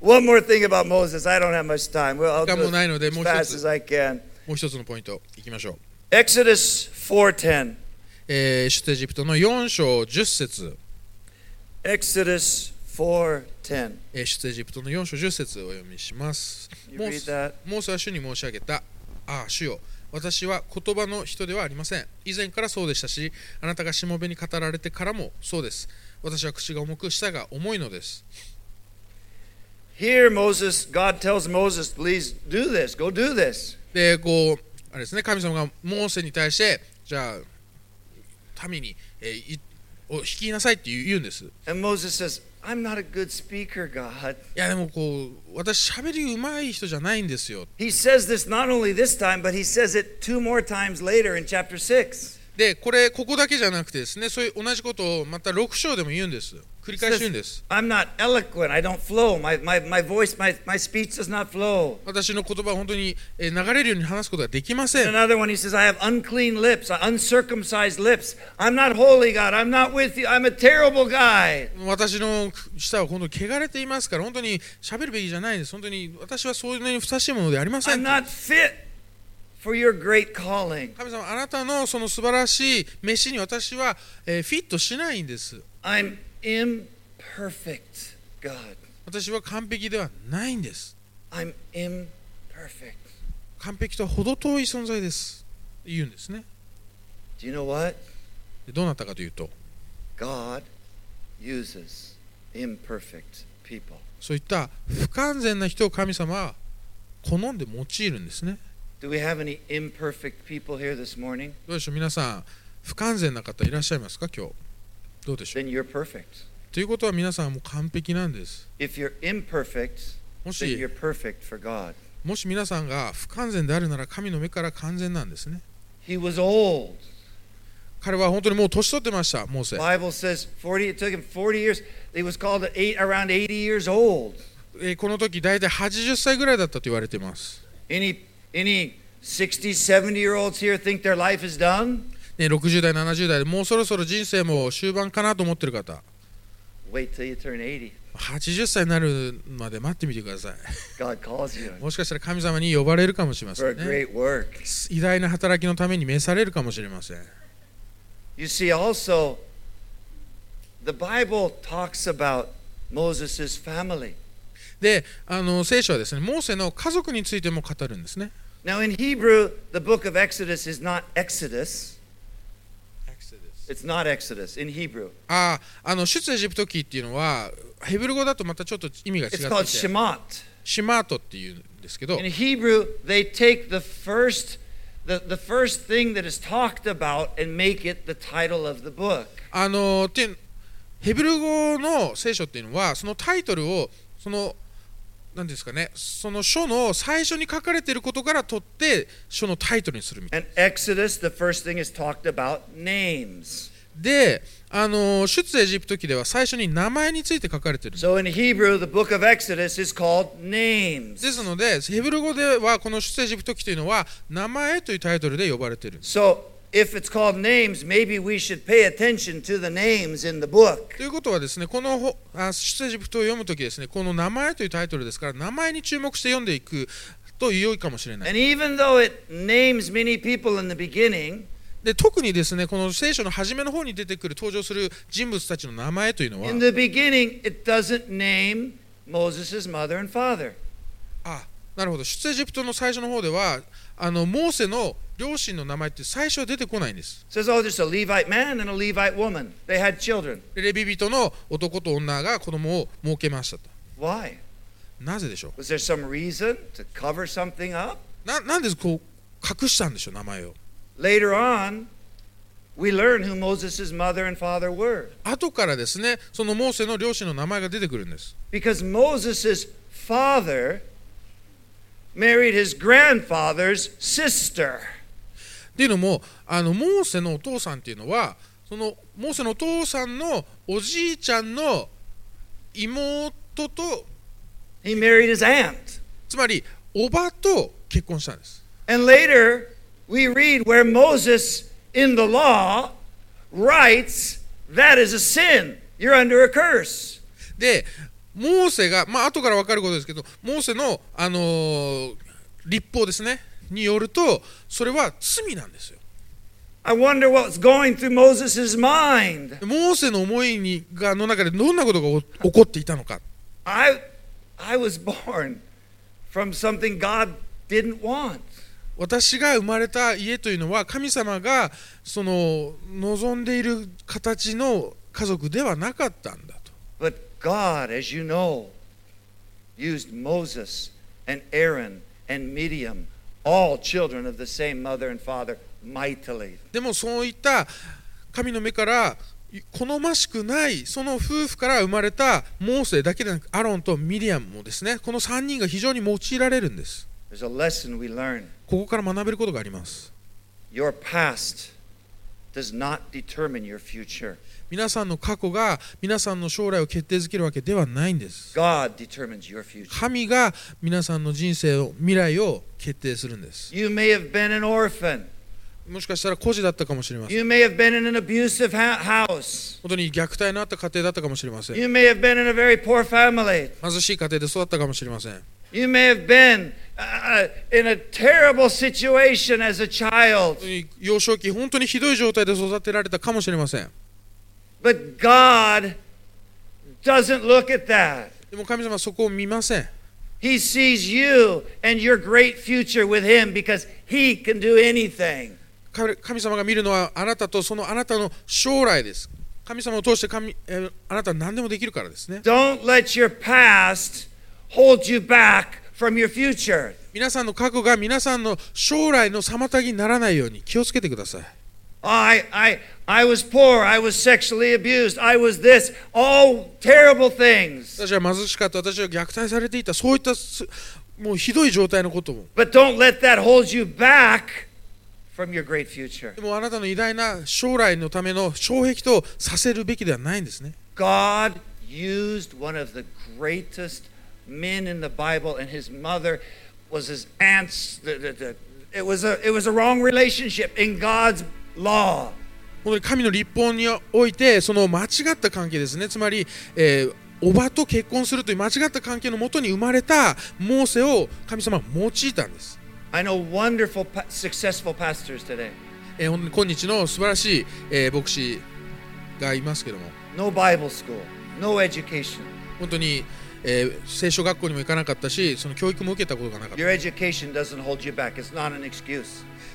[SPEAKER 1] One more thing about Moses. I don't have much time. Well, I'll
[SPEAKER 2] 時間も
[SPEAKER 1] do
[SPEAKER 2] ないので
[SPEAKER 1] it
[SPEAKER 2] も
[SPEAKER 1] as
[SPEAKER 2] う
[SPEAKER 1] fast
[SPEAKER 2] 一つ
[SPEAKER 1] as I can.
[SPEAKER 2] もう一つのポイントいきましょう
[SPEAKER 1] Exodus 4:10.
[SPEAKER 2] えー出エジプトの4章10節
[SPEAKER 1] Exodus 4:10.
[SPEAKER 2] えー出エジプトの4章10節をお読みします
[SPEAKER 1] You
[SPEAKER 2] モ
[SPEAKER 1] read
[SPEAKER 2] ーセ
[SPEAKER 1] that?
[SPEAKER 2] モーセは主に申し上げたああ主よ私は言葉の人ではありません以前からそうでしたしあなたがしもべに語られてからもそうです私は口が重く舌が重いのです
[SPEAKER 1] Here Moses, God tells Moses, please do this, go do this.
[SPEAKER 2] でこうあれですね神様がモーセに対してじゃあ民に、えーいを引きなさいって言う言うんです
[SPEAKER 1] And Moses says, I'm not a good speaker, God.
[SPEAKER 2] いやでもこう私喋りうまい人じゃないんですよ
[SPEAKER 1] He says this not only this time, but he says it two more times later in chapter 6.
[SPEAKER 2] でこれここだけじゃなくてですねそういう同じことをまた6章でも言うんです繰り返し言うんです
[SPEAKER 1] I'm not eloquent. I don't flow. My, my, my voice, my, my speech does not flow.
[SPEAKER 2] 私の言葉は本当にえー流れるように話すことができませ
[SPEAKER 1] In
[SPEAKER 2] ん
[SPEAKER 1] another one, he says, I have unclean lips, uh, uncircumcised lips. I'm not holy, God. I'm not with you. I'm a terrible guy.
[SPEAKER 2] 私の舌は本当に汚れていますから本当に喋るべきじゃないんです本当に私はそういうのにふさわしいものではありませ
[SPEAKER 1] I'm
[SPEAKER 2] ん
[SPEAKER 1] not fit for your great calling.
[SPEAKER 2] 神様あなたのその素晴らしい飯に私は、えーフィットしないんです
[SPEAKER 1] I'm imperfect, God.
[SPEAKER 2] 私は完璧ではないんです
[SPEAKER 1] I'm imperfect.
[SPEAKER 2] 完璧とは程遠い存在です言うんですね
[SPEAKER 1] Do you know what?
[SPEAKER 2] でどうなったかというと
[SPEAKER 1] God uses imperfect people.
[SPEAKER 2] そういった不完全な人を神様は好んで用いるんですね
[SPEAKER 1] Do we have any imperfect people here this morning?
[SPEAKER 2] どうでしょう皆さん不完全な方いらっしゃいますか今日どうでしょう
[SPEAKER 1] Then you're perfect.
[SPEAKER 2] ということは皆さんはもう完璧なんです
[SPEAKER 1] If you're imperfect, then
[SPEAKER 2] もし
[SPEAKER 1] you're perfect for God.
[SPEAKER 2] もし皆さんが不完全であるなら神の目から完全なんですね
[SPEAKER 1] He was old.
[SPEAKER 2] 彼は本当にもう年取ってましたモーセ
[SPEAKER 1] Bible says 40 it took him 40 years. He was called at eight around 80 years old.
[SPEAKER 2] えーこの時大体80歳ぐらいだったと言われています
[SPEAKER 1] Any any 60, 70 year olds here think their life is done?
[SPEAKER 2] ね、60代70代でもうそろそろ人生も終盤かなと思ってる方
[SPEAKER 1] Wait till you turn 80.
[SPEAKER 2] 80歳になるまで待ってみてください
[SPEAKER 1] God calls you
[SPEAKER 2] もしかしたら神様に呼ばれるかもしれませ
[SPEAKER 1] for a
[SPEAKER 2] んね
[SPEAKER 1] great work.
[SPEAKER 2] 偉大な働きのために召されるかもしれません
[SPEAKER 1] You see, also, the Bible talks about Moses' family.
[SPEAKER 2] であの聖書はですねモーセの家族についても語るんですね
[SPEAKER 1] Now, in Hebrew, the book of Exodus is not Exodus. It's not Exodus in Hebrew.
[SPEAKER 2] あああの出エジプト記っていうのはヘブル語だとまたちょっと意味が違ってい
[SPEAKER 1] It's called
[SPEAKER 2] て
[SPEAKER 1] Shemot.
[SPEAKER 2] シマートっていうんですけど
[SPEAKER 1] In Hebrew, they take the first, the, the first thing that is talked about and make it the title of the book.
[SPEAKER 2] あのてんヘブル語の聖書っていうのはそのタイトルをその何ですかねその書の最初に書かれていることから取って書のタイトルにするみたい
[SPEAKER 1] And Exodus, the first thing is talked about names.
[SPEAKER 2] であの出エジプト記では最初に名前について書かれてるんです
[SPEAKER 1] So in Hebrew, the book of Exodus is called Names.
[SPEAKER 2] ですのでヘブル語ではこの出エジプト記というのは名前というタイトルで呼ばれているんです
[SPEAKER 1] So if it's called names, maybe we should pay attention to the names in the book.
[SPEAKER 2] ということはですねこのほあ出エジプトを読むときですねこの名前というタイトルですから名前に注目して読んでいくと良いかもしれない
[SPEAKER 1] And even though it names many people in the beginning,
[SPEAKER 2] で特にですねこの聖書の初めの方に出てくる登場する人物たちの名前というのは
[SPEAKER 1] in the beginning, it doesn't name Moses' mother and father.
[SPEAKER 2] なるほど出エジプトの最初の方ではあのモーセの両親の名前って最初は出てこないんです
[SPEAKER 1] It says, oh, there's a Levite man and a Levite woman. They had children.
[SPEAKER 2] でレビ人の男と女が子供を設けましたと
[SPEAKER 1] Why?
[SPEAKER 2] なぜでしょ
[SPEAKER 1] Was there some reason to cover something up?
[SPEAKER 2] うななんでこう隠したんでしょう名前を
[SPEAKER 1] Later on, we learn who Moses' mother and father were.
[SPEAKER 2] 後からですねそのモーセの両親の名前が出てくるんです
[SPEAKER 1] Because Moses' father married his grandfather's sister.
[SPEAKER 2] っていうのもあのモーセのお父さんっていうのはそのモーセのお父さんのおじいちゃんの妹と
[SPEAKER 1] He married his aunt.
[SPEAKER 2] つまりおばと結婚したんです
[SPEAKER 1] And later, we read where Moses in the law writes, That is a sin. You're under a curse.
[SPEAKER 2] でモーセがまあ後から分かることですけどモーセの、あのー立法ですねによるとそれは罪なんですよ
[SPEAKER 1] I wonder what's going through Moses' mind.
[SPEAKER 2] モーセの思いにがの中でどんなことがお起こっていたのか
[SPEAKER 1] I, I was born from something God didn't want.
[SPEAKER 2] 私が生まれた家というのは神様がその望んでいる形の家族ではなかったんだと
[SPEAKER 1] But God, as you know, used Moses and Aaron and Midian, all children of the same mother and father, mightily.
[SPEAKER 2] でもそういった神の目から好ましくないその夫婦から生まれたモーセだけでなくアロンとミリアムもですねこの3人が非常に用いられるんです
[SPEAKER 1] There's a lesson we learn.
[SPEAKER 2] ここから学べることがあります
[SPEAKER 1] Your past does not determine your future.
[SPEAKER 2] 皆さんの過去が皆さんの将来を決定づけるわけではないんです
[SPEAKER 1] God determines your future.
[SPEAKER 2] 神が皆さんの人生を未来を決定するんです
[SPEAKER 1] You may have been an orphan.
[SPEAKER 2] もしかしたら孤児だったかもしれません
[SPEAKER 1] You may have been in an abusive ha- house.
[SPEAKER 2] 本当に虐待のあった家庭だったかもしれません
[SPEAKER 1] You may have been in a very poor family.
[SPEAKER 2] 貧しい家庭で育ったかもしれません
[SPEAKER 1] You may have been uh, in a terrible situation as a child.
[SPEAKER 2] 幼少期本当にひどい状態で育てられたかもしれません
[SPEAKER 1] But God doesn't look at that.
[SPEAKER 2] でも神様はそこを見ません
[SPEAKER 1] He sees you and your great future with Him because He can do anything.
[SPEAKER 2] 彼神様が見るのはあなたとそのあなたの将来です神様を通して神、えーあなたは何でもできるからですね
[SPEAKER 1] Don't let your past hold you back from your future.
[SPEAKER 2] 皆さんの過去が皆さんの将来の妨げにならないように気をつけてください
[SPEAKER 1] I, I, I was poor. I was sexually abused. I was this. All terrible things.
[SPEAKER 2] 私は貧しかった私は虐待されていたそういったすもうひどい状態のことも
[SPEAKER 1] But don't let that hold you back from your great future.
[SPEAKER 2] でもあなたの偉大な将来のための障壁とさせるべきではないんですね
[SPEAKER 1] God used one of the greatest men in the Bible, and his mother was his aunt's. The, the, the, it, was a, it was a wrong relationship in God's law.
[SPEAKER 2] 本当に神の立法においてその間違った関係ですねつまり、えーおばと結婚するという間違った関係のもとに生まれたモーセを神様は用いたんです、
[SPEAKER 1] I know wonderful, pa- successful pastors today.
[SPEAKER 2] えー本当に今日の素晴らしい、えー牧師がいますけども
[SPEAKER 1] No Bible school, no education.
[SPEAKER 2] 本当に、えー聖書学校にも行かなかったしその教育も受けたことがなかった
[SPEAKER 1] Your education doesn't hold you back. It's not an excuse.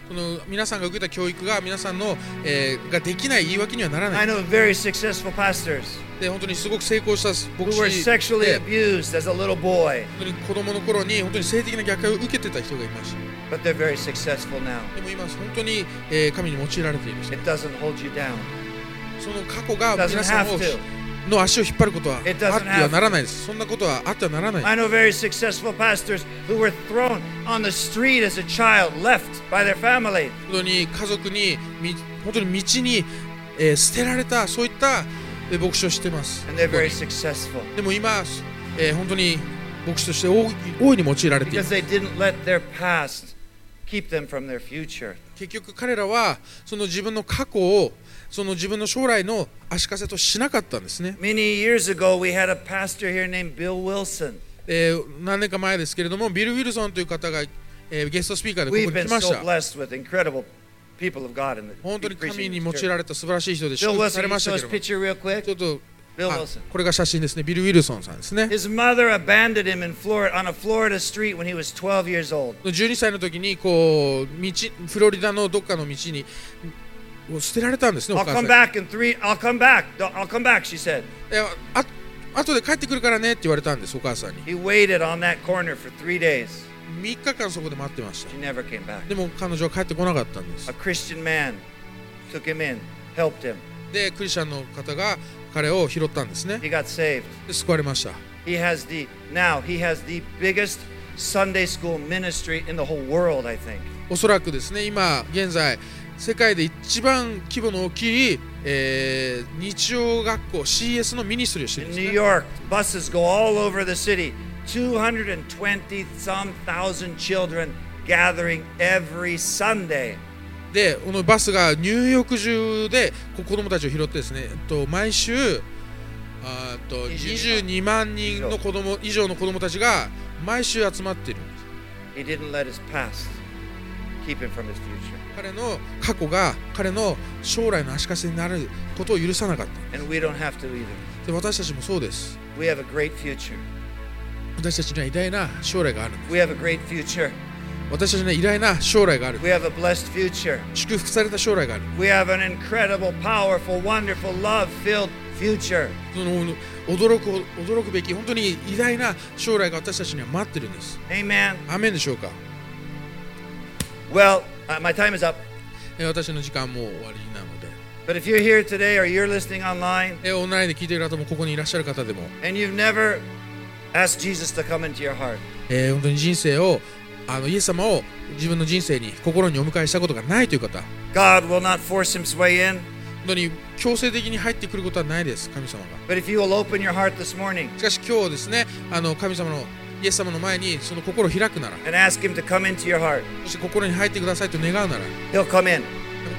[SPEAKER 2] その皆さんが受けた教育が皆さんの、えーができない言い訳にはならな
[SPEAKER 1] I
[SPEAKER 2] い
[SPEAKER 1] know very successful pastors
[SPEAKER 2] で本当にすごく成功した牧
[SPEAKER 1] who were
[SPEAKER 2] 師
[SPEAKER 1] sexually
[SPEAKER 2] で
[SPEAKER 1] abused as a little boy,
[SPEAKER 2] 本当に子供の頃に本当に性的な虐待を受けてた人がいました
[SPEAKER 1] but they're very successful now.
[SPEAKER 2] でも今本当に、えー神に用いられている人
[SPEAKER 1] It doesn't hold you down.
[SPEAKER 2] その過去が
[SPEAKER 1] It doesn't
[SPEAKER 2] 皆さん
[SPEAKER 1] have
[SPEAKER 2] を
[SPEAKER 1] to.
[SPEAKER 2] の足を引っ張ることはあっ
[SPEAKER 1] It
[SPEAKER 2] て
[SPEAKER 1] doesn't
[SPEAKER 2] は
[SPEAKER 1] have
[SPEAKER 2] ならないですそんなことはあってはならない
[SPEAKER 1] I know very successful pastors who were thrown on the street as a child, left by their family.
[SPEAKER 2] 本当に家族にみ本当に道に、えー捨てられたそういった、えー牧師をしてます
[SPEAKER 1] And they're very successful
[SPEAKER 2] でも今、えー本当に牧師として大い大いに用いられている
[SPEAKER 1] because they didn't let their past keep them from their future.
[SPEAKER 2] 結局彼らはその自分の過去をその自分の将来の足かせとしなかったんですね
[SPEAKER 1] Many years ago, we had a pastor here named Bill Wilson.
[SPEAKER 2] えー何年か前ですけれどもビル・ウィルソンという方が、えーゲストスピーカーでこ
[SPEAKER 1] We've
[SPEAKER 2] こに
[SPEAKER 1] been
[SPEAKER 2] 来まし
[SPEAKER 1] so
[SPEAKER 2] た
[SPEAKER 1] blessed with incredible people of God in the
[SPEAKER 2] 本当に
[SPEAKER 1] preaching
[SPEAKER 2] 神に
[SPEAKER 1] in
[SPEAKER 2] 用
[SPEAKER 1] this
[SPEAKER 2] い
[SPEAKER 1] church.
[SPEAKER 2] られた素晴らしい人で祝
[SPEAKER 1] Bill
[SPEAKER 2] 福さ
[SPEAKER 1] Wilson, can
[SPEAKER 2] れ
[SPEAKER 1] you
[SPEAKER 2] まし
[SPEAKER 1] show
[SPEAKER 2] たけ
[SPEAKER 1] his
[SPEAKER 2] れども
[SPEAKER 1] picture real quick?
[SPEAKER 2] ちょっと
[SPEAKER 1] Bill
[SPEAKER 2] あ
[SPEAKER 1] Wilson.
[SPEAKER 2] これが写真ですねビル・ウィルソンさんですね
[SPEAKER 1] His mother abandoned him in Florida on a Florida street when he was 12 years old.
[SPEAKER 2] 12歳の時にこう道フロリダのどっかの道にこう捨てられたんですねお
[SPEAKER 1] I'll
[SPEAKER 2] 母さん
[SPEAKER 1] come
[SPEAKER 2] に
[SPEAKER 1] back in three. I'll come back. I'll come back. She said.
[SPEAKER 2] いやあ後で帰ってくるからねって言われたんですお母さんに
[SPEAKER 1] He waited on that corner for three days.
[SPEAKER 2] 3日間そこで待ってました
[SPEAKER 1] She never came back.
[SPEAKER 2] でも彼女は帰ってこなかったんです
[SPEAKER 1] A Christian man took him in, helped him.
[SPEAKER 2] でクリスチャンの方が彼を拾ったんですね
[SPEAKER 1] He got saved.
[SPEAKER 2] で救われました
[SPEAKER 1] He has the now he has the biggest Sunday school ministry in the whole world. I think.
[SPEAKER 2] おそらくですね今現在世界で一番規模の大きい、えー日曜学校 CS のミニストリーをしてる
[SPEAKER 1] In
[SPEAKER 2] ん
[SPEAKER 1] New
[SPEAKER 2] です、ね、
[SPEAKER 1] York, buses go all over the city. 220 some thousand children gathering every Sunday.
[SPEAKER 2] でこのバスがニューヨーク中でこ子供たちを拾ってですね、えっと、毎週あーっと22
[SPEAKER 1] 22
[SPEAKER 2] 万人の子供以上の子供たちが毎週集まっている
[SPEAKER 1] He didn't let his past keep him from his future.
[SPEAKER 2] 彼の過去が彼の将来の足かせになることを許さなかっ
[SPEAKER 1] And we don't have to either.
[SPEAKER 2] たで私たちもそうです
[SPEAKER 1] We have a great future.
[SPEAKER 2] 私たちには偉大な将来があるんです
[SPEAKER 1] We have a great future.
[SPEAKER 2] 私たちには偉大な将来がある
[SPEAKER 1] We have a blessed future.
[SPEAKER 2] 祝福された将来がある
[SPEAKER 1] We have an incredible, powerful, wonderful, love filled future.
[SPEAKER 2] その驚く驚くべき本当に偉大な将来が私たちには待ってるんです
[SPEAKER 1] Amen.
[SPEAKER 2] アーメンでしょうか
[SPEAKER 1] Well, uh, my time is up.
[SPEAKER 2] えー私の時間もう終わりなので
[SPEAKER 1] But if you're here today or you're listening online
[SPEAKER 2] えーオンラインで聞いている方もここにいらっしゃる方でも、
[SPEAKER 1] and you've never asked Jesus to come into your heart,
[SPEAKER 2] えー本当に人生をあのイエス様を自分の人生に心にお迎えしたことがないという方
[SPEAKER 1] God will not force his way in.
[SPEAKER 2] 本当に強制的に入ってくることはないです神様が
[SPEAKER 1] But if you will open your heart this morning
[SPEAKER 2] しかし今日ですねあの神様のイエス様の前にその心を開くなら
[SPEAKER 1] and ask him to come into your heart,
[SPEAKER 2] そして心に入ってくださいと願うなら
[SPEAKER 1] he'll come in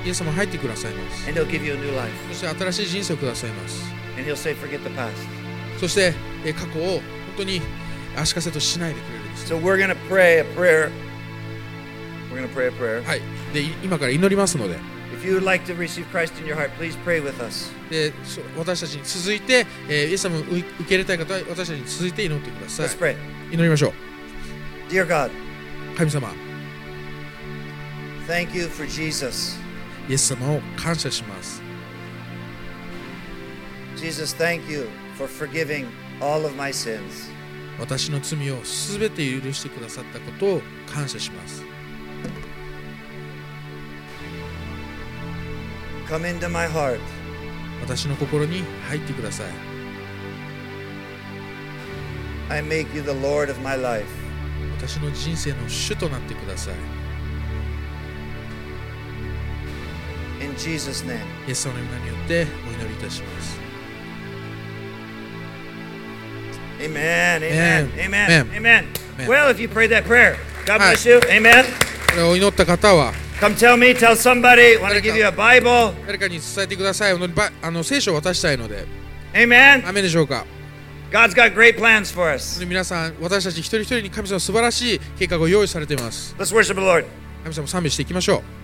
[SPEAKER 2] イエス様入ってくださいます
[SPEAKER 1] and he'll give you a new life.
[SPEAKER 2] そして新しい人生をくださいます
[SPEAKER 1] And he'll say, forget the past.
[SPEAKER 2] そして、えー過去を本当に足かせとしないでくれるんです、
[SPEAKER 1] So we're going to pray a prayer. We're going to pray a prayer.
[SPEAKER 2] はい、でい今から祈りますので
[SPEAKER 1] If you would like to receive Christ in your heart, please pray with us.
[SPEAKER 2] でそ私たちに続いて、えーイエス様を受受け入れたい方は私たちに続いて祈ってください
[SPEAKER 1] Let's pray.
[SPEAKER 2] 祈りましょう
[SPEAKER 1] Dear God,
[SPEAKER 2] 神様
[SPEAKER 1] thank you for Jesus.
[SPEAKER 2] イエス様を感謝します
[SPEAKER 1] Jesus, thank you for forgiving all of my sins.
[SPEAKER 2] 私の罪をすべて許してくださったことを感謝します
[SPEAKER 1] Come into my heart.
[SPEAKER 2] 私の心に入ってください
[SPEAKER 1] I make you the Lord of my life.
[SPEAKER 2] 私の人生の主となってください
[SPEAKER 1] In Jesus' name,
[SPEAKER 2] イエス様の名によってお祈りいたします
[SPEAKER 1] amen, amen,
[SPEAKER 2] Amen.
[SPEAKER 1] amen, amen.
[SPEAKER 2] Amen.
[SPEAKER 1] Well, if you prayed that prayer, God
[SPEAKER 2] Hi.
[SPEAKER 1] bless you, amen.
[SPEAKER 2] これを祈った方は
[SPEAKER 1] Come tell me, tell somebody, want to
[SPEAKER 2] Welcome.
[SPEAKER 1] give you a Bible,
[SPEAKER 2] 誰かに伝えてくださいあのばあの聖書を渡したいので
[SPEAKER 1] amen.
[SPEAKER 2] 雨でしょうか
[SPEAKER 1] God's got great plans for us.
[SPEAKER 2] 皆さん私たち一人一人に神様の素晴らしい計画を用意されています
[SPEAKER 1] Let's worship the Lord.
[SPEAKER 2] 神様賛美していきましょう